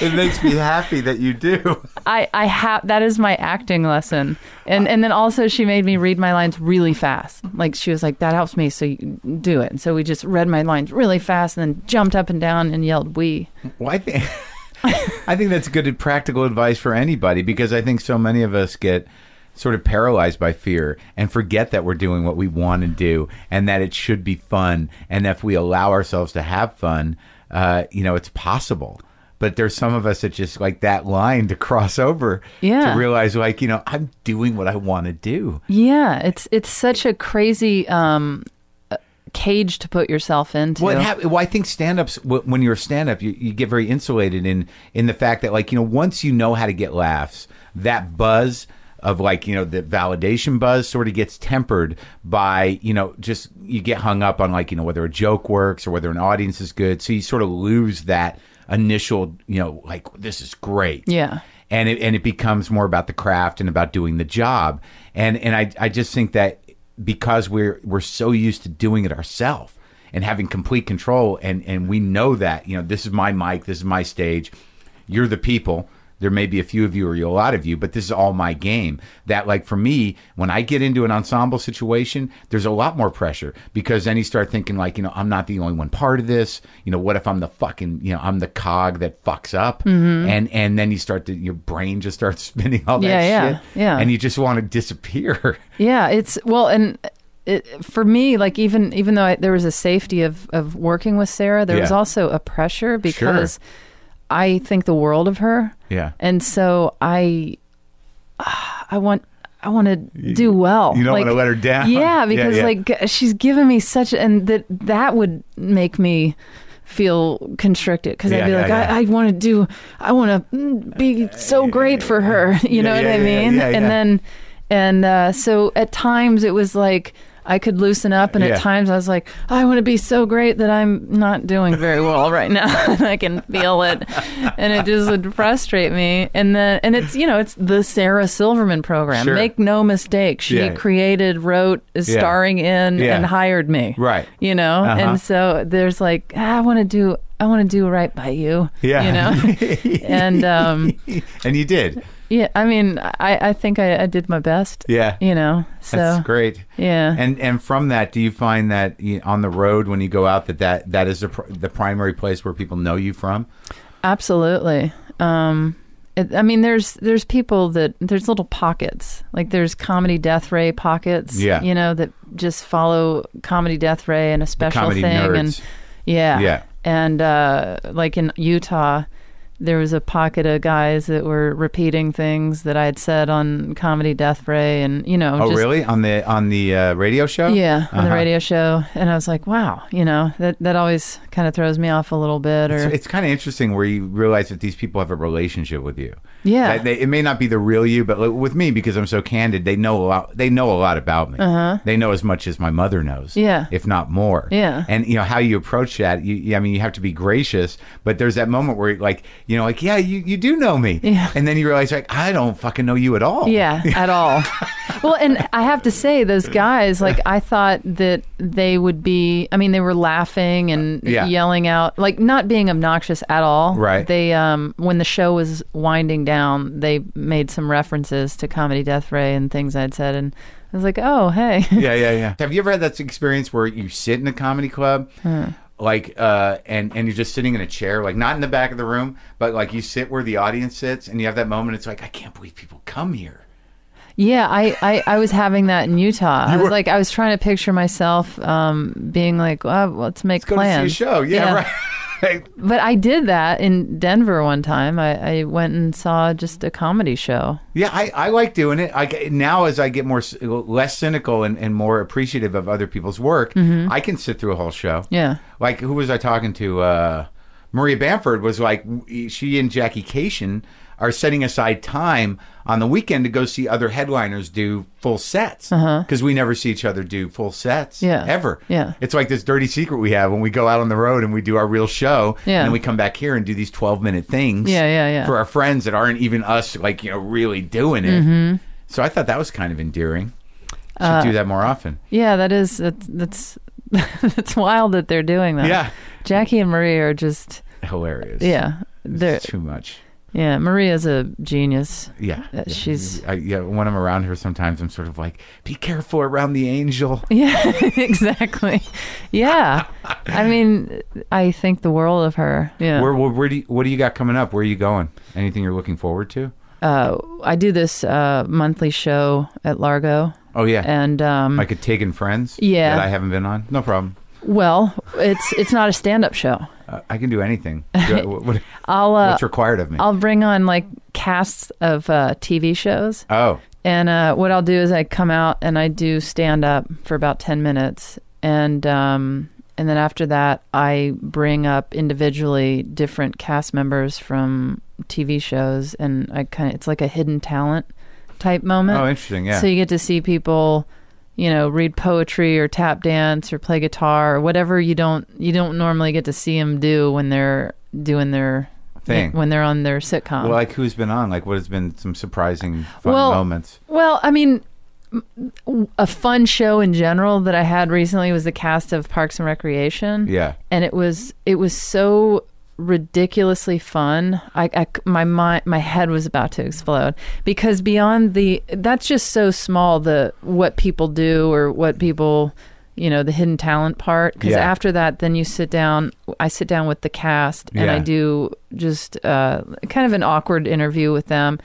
Speaker 1: it makes me happy that you do.
Speaker 2: I, I have that is my acting lesson, and and then also she made me read my lines really fast. Like she was like, "That helps me, so you do it." And so we just read my lines really fast, and then jumped up and down and yelled, "We!"
Speaker 1: Well, I think <laughs> I think that's good practical advice for anybody because I think so many of us get sort of paralyzed by fear and forget that we're doing what we want to do and that it should be fun and if we allow ourselves to have fun, uh, you know, it's possible. But there's some of us that just like that line to cross over
Speaker 2: Yeah.
Speaker 1: to realize like, you know, I'm doing what I want to do.
Speaker 2: Yeah, it's it's such a crazy um, uh, cage to put yourself into.
Speaker 1: Well, it hap- well, I think stand-ups, wh- when you're a stand-up, you, you get very insulated in in the fact that, like, you know, once you know how to get laughs, that buzz of like, you know, the validation buzz sort of gets tempered by, you know, just you get hung up on like, you know, whether a joke works or whether an audience is good. So you sort of lose that initial, you know, like this is great.
Speaker 2: Yeah.
Speaker 1: and it and it becomes more about the craft and about doing the job. And and I I just think that because we're we're so used to doing it ourselves and having complete control and and we know that you know this is my mic this is my stage you're the people there may be a few of you or a lot of you but this is all my game that like for me when i get into an ensemble situation there's a lot more pressure because then you start thinking like you know i'm not the only one part of this you know what if i'm the fucking you know i'm the cog that fucks up and and then you start to your brain just starts <laughs> spinning all that
Speaker 2: Mm-hmm. Yeah, yeah,
Speaker 1: shit
Speaker 2: yeah.
Speaker 1: and you just want to disappear <laughs>
Speaker 2: Yeah, it's well, and it, for me, like even even though I, there was a safety of of working with Sarah, there was
Speaker 1: Yeah.
Speaker 2: also a pressure because I think the world of her.
Speaker 1: Yeah.
Speaker 2: and so I, I want. I want to do well.
Speaker 1: you don't wanna let her down. Yeah,
Speaker 2: Yeah, because
Speaker 1: yeah.
Speaker 2: like she's given me such, and that that would make me feel constricted because
Speaker 1: Yeah,
Speaker 2: I'd be
Speaker 1: yeah,
Speaker 2: like,
Speaker 1: yeah. Uh,
Speaker 2: I, I want to do, I want to be so great for her. <laughs> You know what
Speaker 1: yeah,
Speaker 2: I
Speaker 1: yeah,
Speaker 2: mean?
Speaker 1: yeah, yeah.
Speaker 2: And then, and uh, so at times it was like I could loosen up, and
Speaker 1: Yeah.
Speaker 2: at times I was like, "Oh, I want to be so great that I'm not doing very well <laughs> right now. and I can feel it, and it just would frustrate me. And then, and it's you know, it's the Sarah Silverman program.
Speaker 1: Sure.
Speaker 2: Make no mistake, she
Speaker 1: Yeah.
Speaker 2: created, wrote, is
Speaker 1: Yeah.
Speaker 2: starring in,
Speaker 1: Yeah.
Speaker 2: and hired me.
Speaker 1: Right.
Speaker 2: You know,
Speaker 1: Uh-huh.
Speaker 2: and so there's like, ah, I want to do, I want to do right by you.
Speaker 1: Yeah.
Speaker 2: You know, and um,
Speaker 1: <laughs> and you did
Speaker 2: yeah, I mean, I, I think I, I did my best.
Speaker 1: Yeah.
Speaker 2: You know, so
Speaker 1: That's great.
Speaker 2: Yeah.
Speaker 1: And and from that, do you find that you, on the road when you go out that that, that is the, pr- the primary place where people know you from?
Speaker 2: Absolutely. Um, it, I mean, there's there's people that there's little pockets. Like there's comedy death ray pockets.
Speaker 1: Yeah.
Speaker 2: You know that just follow comedy death ray and a special
Speaker 1: comedy
Speaker 2: thing
Speaker 1: nerds.
Speaker 2: and yeah
Speaker 1: Yeah.
Speaker 2: and uh, like in Utah. There was a pocket of guys that were repeating things that I had said on Comedy Death Ray, and you know,
Speaker 1: Oh,
Speaker 2: just
Speaker 1: really? On the on the uh, radio show?
Speaker 2: yeah, on the
Speaker 1: Uh-huh.
Speaker 2: radio show. And I was like, wow, you know, that that always kind of throws me off a little bit. Or
Speaker 1: So it's kind of interesting where you realize that these people have a relationship with you.
Speaker 2: Yeah.
Speaker 1: That they, it may not be the real you, but like with me because I'm so candid, they know a lot. They know a lot about me. Uh-huh. They know as much as my mother knows.
Speaker 2: Yeah.
Speaker 1: if not more.
Speaker 2: Yeah.
Speaker 1: and you know how you approach that. You, you- I mean, you have to be gracious, but there's that moment where, like, you know, like, yeah, you, you do know me.
Speaker 2: Yeah.
Speaker 1: and then you realize, like, I don't fucking know you at all.
Speaker 2: <laughs>
Speaker 1: <laughs>
Speaker 2: Yeah, at all. well, and I have to say, those guys, like, I thought that they would be, I mean, they were laughing and
Speaker 1: Uh, Yeah.
Speaker 2: yelling out, like, not being obnoxious at all.
Speaker 1: Right.
Speaker 2: They, um, when the show was winding down, they made some references to Comedy Death Ray and things I'd said. And I was like, oh, hey. <laughs>
Speaker 1: yeah, yeah, yeah. Have you ever had that experience where you sit in a comedy club, like, uh, and and you're just sitting in a chair, like not in the back of the room, but like you sit where the audience sits, and you have that moment. It's like I can't believe people come here.
Speaker 2: Yeah, I, I, I was having that in Utah. I was like, I was trying to picture myself um, being like, oh, let's make
Speaker 1: Go
Speaker 2: plans.
Speaker 1: to see a show. Yeah, <laughs> right.
Speaker 2: But I did that in Denver one time. I, I went and saw just a comedy show.
Speaker 1: yeah, I, I like doing it. I get- now as I get more c- less cynical and, and more appreciative of other people's work, I can sit through a whole show.
Speaker 2: Mm-hmm. Yeah.
Speaker 1: like who was I talking to? Uh, Maria Bamford was like w- she and Jackie Cation are setting aside time on the weekend to go see other headliners do full sets because we never see each other do full sets
Speaker 2: Uh-huh. Yeah.
Speaker 1: ever.
Speaker 2: Yeah.
Speaker 1: it's like this dirty secret we have when we go out on the road and we do our real show,
Speaker 2: Yeah.
Speaker 1: and then we come back here and do these twelve minute things.
Speaker 2: Yeah, yeah, yeah.
Speaker 1: for our friends that aren't even us, like you know, really doing it.
Speaker 2: Mm-hmm.
Speaker 1: So I thought that was kind of endearing. Should
Speaker 2: Uh,
Speaker 1: do that more often.
Speaker 2: Yeah, that is that's that's <laughs> that's wild that they're doing that.
Speaker 1: Yeah.
Speaker 2: Jackie and Maria are just
Speaker 1: Hilarious.
Speaker 2: yeah. They're
Speaker 1: it's too much.
Speaker 2: yeah, Maria's a genius. <laughs>
Speaker 1: Yeah,
Speaker 2: Uh,
Speaker 1: yeah.
Speaker 2: she's-
Speaker 1: I, yeah. When I'm around her, sometimes I'm sort of like, "Be careful around the angel."
Speaker 2: Yeah, exactly. Yeah. I mean, I think the world of her. Yeah.
Speaker 1: Where, where, where do you, what do you got coming up? Where are you going? Anything you're looking forward to?
Speaker 2: uh I do this uh monthly show at Largo
Speaker 1: Oh yeah,
Speaker 2: and um
Speaker 1: like a Tig and Friends.
Speaker 2: Yeah.
Speaker 1: that I haven't been on. No problem.
Speaker 2: well, it's it's not a stand-up show.
Speaker 1: Uh, I can do anything. Do
Speaker 2: <laughs>
Speaker 1: I- what- what-
Speaker 2: I'll uh,
Speaker 1: what's required of me?
Speaker 2: I'll bring on like casts of uh, TV shows.
Speaker 1: oh,
Speaker 2: And uh, what I'll do is I come out and I do stand up for about ten minutes, and um, and then after that I bring up individually different cast members from TV shows, and I kind of it's like a hidden talent type moment.
Speaker 1: oh, interesting. Yeah,
Speaker 2: So you get to see people, you know, read poetry or tap dance or play guitar or whatever you don't you don't normally get to see them do when they're doing their
Speaker 1: thing.
Speaker 2: when they're on their sitcom.
Speaker 1: Well, like who's been on? Like what has been some surprising fun
Speaker 2: Um, Well,
Speaker 1: moments?
Speaker 2: Well, I mean, m- a fun show in general that I had recently was the cast of Parks and Recreation.
Speaker 1: Yeah.
Speaker 2: and it was it was so ridiculously fun. I, I c- my mind my head was about to explode because beyond the that's just so small the what people do or what people you know the hidden talent part because
Speaker 1: Yeah.
Speaker 2: after that then you sit down i sit down with the cast and i
Speaker 1: Yeah.
Speaker 2: do just uh, kind of an awkward interview with them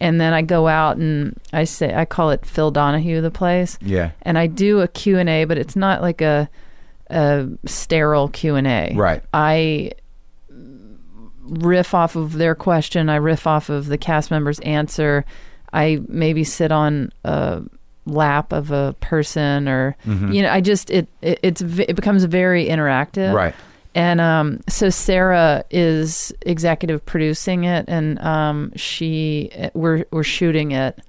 Speaker 2: and then i go out and i say i call it phil donahue the place
Speaker 1: Yeah.
Speaker 2: and I do a Q&A, but it's not like a, a sterile Q&A.
Speaker 1: Right.
Speaker 2: I riff off of their question, I riff off of the cast member's answer. I maybe sit on a lap of a person or
Speaker 1: Mm-hmm.
Speaker 2: you know, I just it, it it's v- it becomes very interactive.
Speaker 1: Right.
Speaker 2: And um, so Sarah is executive producing it, and um, she we're we're shooting it.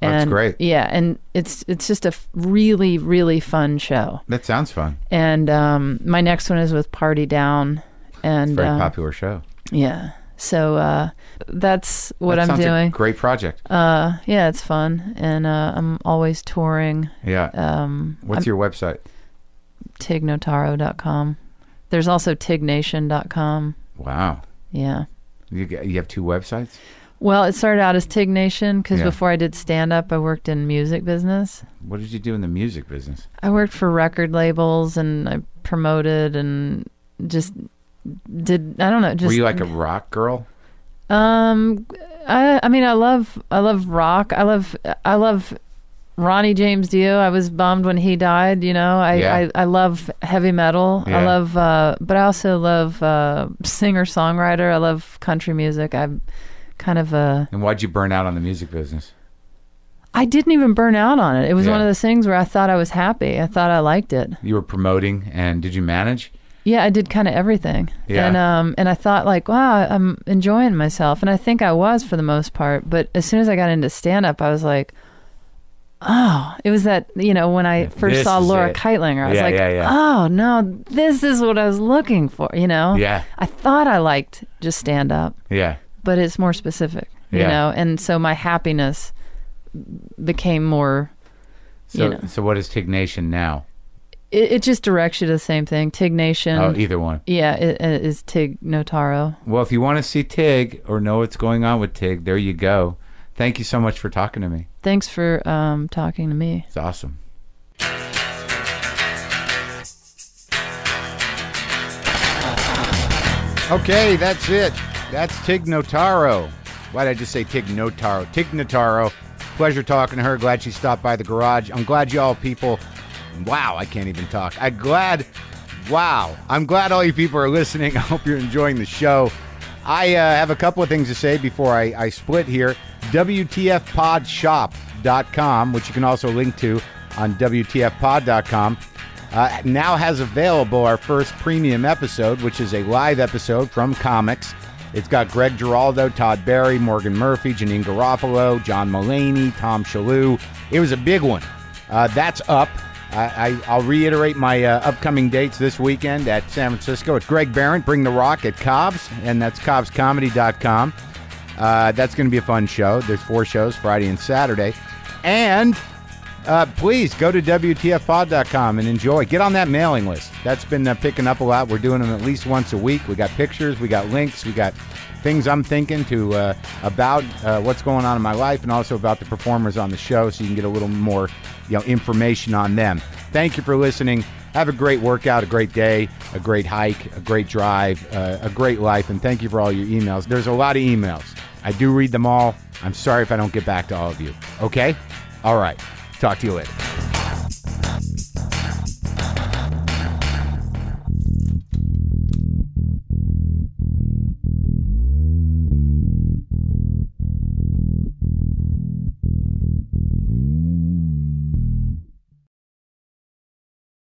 Speaker 2: And,
Speaker 1: That's great.
Speaker 2: Yeah, and it's it's just a f- really really fun show.
Speaker 1: That sounds fun.
Speaker 2: And um, my next one is with Party Down, and
Speaker 1: Very
Speaker 2: um,
Speaker 1: popular show.
Speaker 2: yeah. So uh, that's what
Speaker 1: That
Speaker 2: I'm
Speaker 1: sounds like
Speaker 2: doing.
Speaker 1: a great project.
Speaker 2: uh, yeah, it's fun, and uh, I'm always touring.
Speaker 1: yeah.
Speaker 2: Um,
Speaker 1: What's your website?
Speaker 2: tignotaro.com. There's also tignation.com.
Speaker 1: Wow.
Speaker 2: Yeah.
Speaker 1: You g- you have two websites?
Speaker 2: Well, it started out as Tig Nation because
Speaker 1: Yeah.
Speaker 2: before I did stand up, I worked in music business.
Speaker 1: What did you do in the music business?
Speaker 2: I worked for record labels and I promoted and just did I don't know just
Speaker 1: Were you like a rock girl?
Speaker 2: um I I mean I love I love rock I love I love Ronnie James Dio I was bummed when he died you know I
Speaker 1: Yeah.
Speaker 2: I, I love heavy metal I
Speaker 1: Yeah.
Speaker 2: love uh but I also love uh singer songwriter I love country music I'm kind of a
Speaker 1: And why'd you burn out on the music business?
Speaker 2: I didn't even burn out on it. It was
Speaker 1: Yeah.
Speaker 2: one of those things where I thought I was happy. I thought I liked it.
Speaker 1: You were promoting, and did you manage?
Speaker 2: Yeah, I did kind of everything.
Speaker 1: Yeah.
Speaker 2: And um and I thought like, wow, I'm enjoying myself. And I think I was for the most part, but as soon as I got into stand up, I was like, oh, it was that, you know, when I first
Speaker 1: This
Speaker 2: saw
Speaker 1: is
Speaker 2: Laura
Speaker 1: it.
Speaker 2: Keitlinger, I was
Speaker 1: Yeah,
Speaker 2: like,
Speaker 1: yeah, yeah.
Speaker 2: oh, no, this is what I was looking for, you know?
Speaker 1: Yeah.
Speaker 2: I thought I liked just stand up,
Speaker 1: Yeah.
Speaker 2: but it's more specific, you
Speaker 1: Yeah.
Speaker 2: know? And so my happiness became more
Speaker 1: So
Speaker 2: You know.
Speaker 1: so what is Tignation now?
Speaker 2: It, it just directs you to the same thing. Tig Nation.
Speaker 1: oh, either one.
Speaker 2: yeah, it, it is Tig Notaro.
Speaker 1: Well, if you want to see Tig or know what's going on with Tig, there you go. Thank you so much for talking to me.
Speaker 2: Thanks for um, talking to me.
Speaker 1: It's awesome. Okay, that's it. That's Tig Notaro. Why did I just say Tig Notaro? Tig Notaro. Pleasure talking to her. Glad she stopped by the garage. I'm glad you all people. Wow, I can't even talk. I'm glad. Wow. I'm glad all you people are listening. <laughs> I hope you're enjoying the show. I uh, have a couple of things to say before I, I split here. WTFpodshop.com, which you can also link to on WTFpod.com uh, now has available our first premium episode, which is a live episode from comics. It's got Greg Giraldo, Todd Barry, Morgan Murphy, Janine Garofalo, John Mullaney, Tom Shalhoub. It was a big one. Uh, that's up. I, I, I'll reiterate my uh, upcoming dates this weekend at San Francisco. It's Greg Barron, Bring the Rock at Cobb's, and that's cobbscomedy.com. Uh, that's going to be a fun show. There's four shows Friday and Saturday. And uh, please go to WTFpod.com and enjoy. Get on that mailing list. That's been uh, picking up a lot. We're doing them at least once a week. We got pictures, we got links, we got things I'm thinking to uh, about uh, what's going on in my life and also about the performers on the show so you can get a little more you know, information on them. Thank you for listening. Have a great workout, a great day, a great hike, a great drive, uh, a great life, and thank you for all your emails. There's a lot of emails. I do read them all. I'm sorry if I don't get back to all of you. Okay? All right. Talk to you later.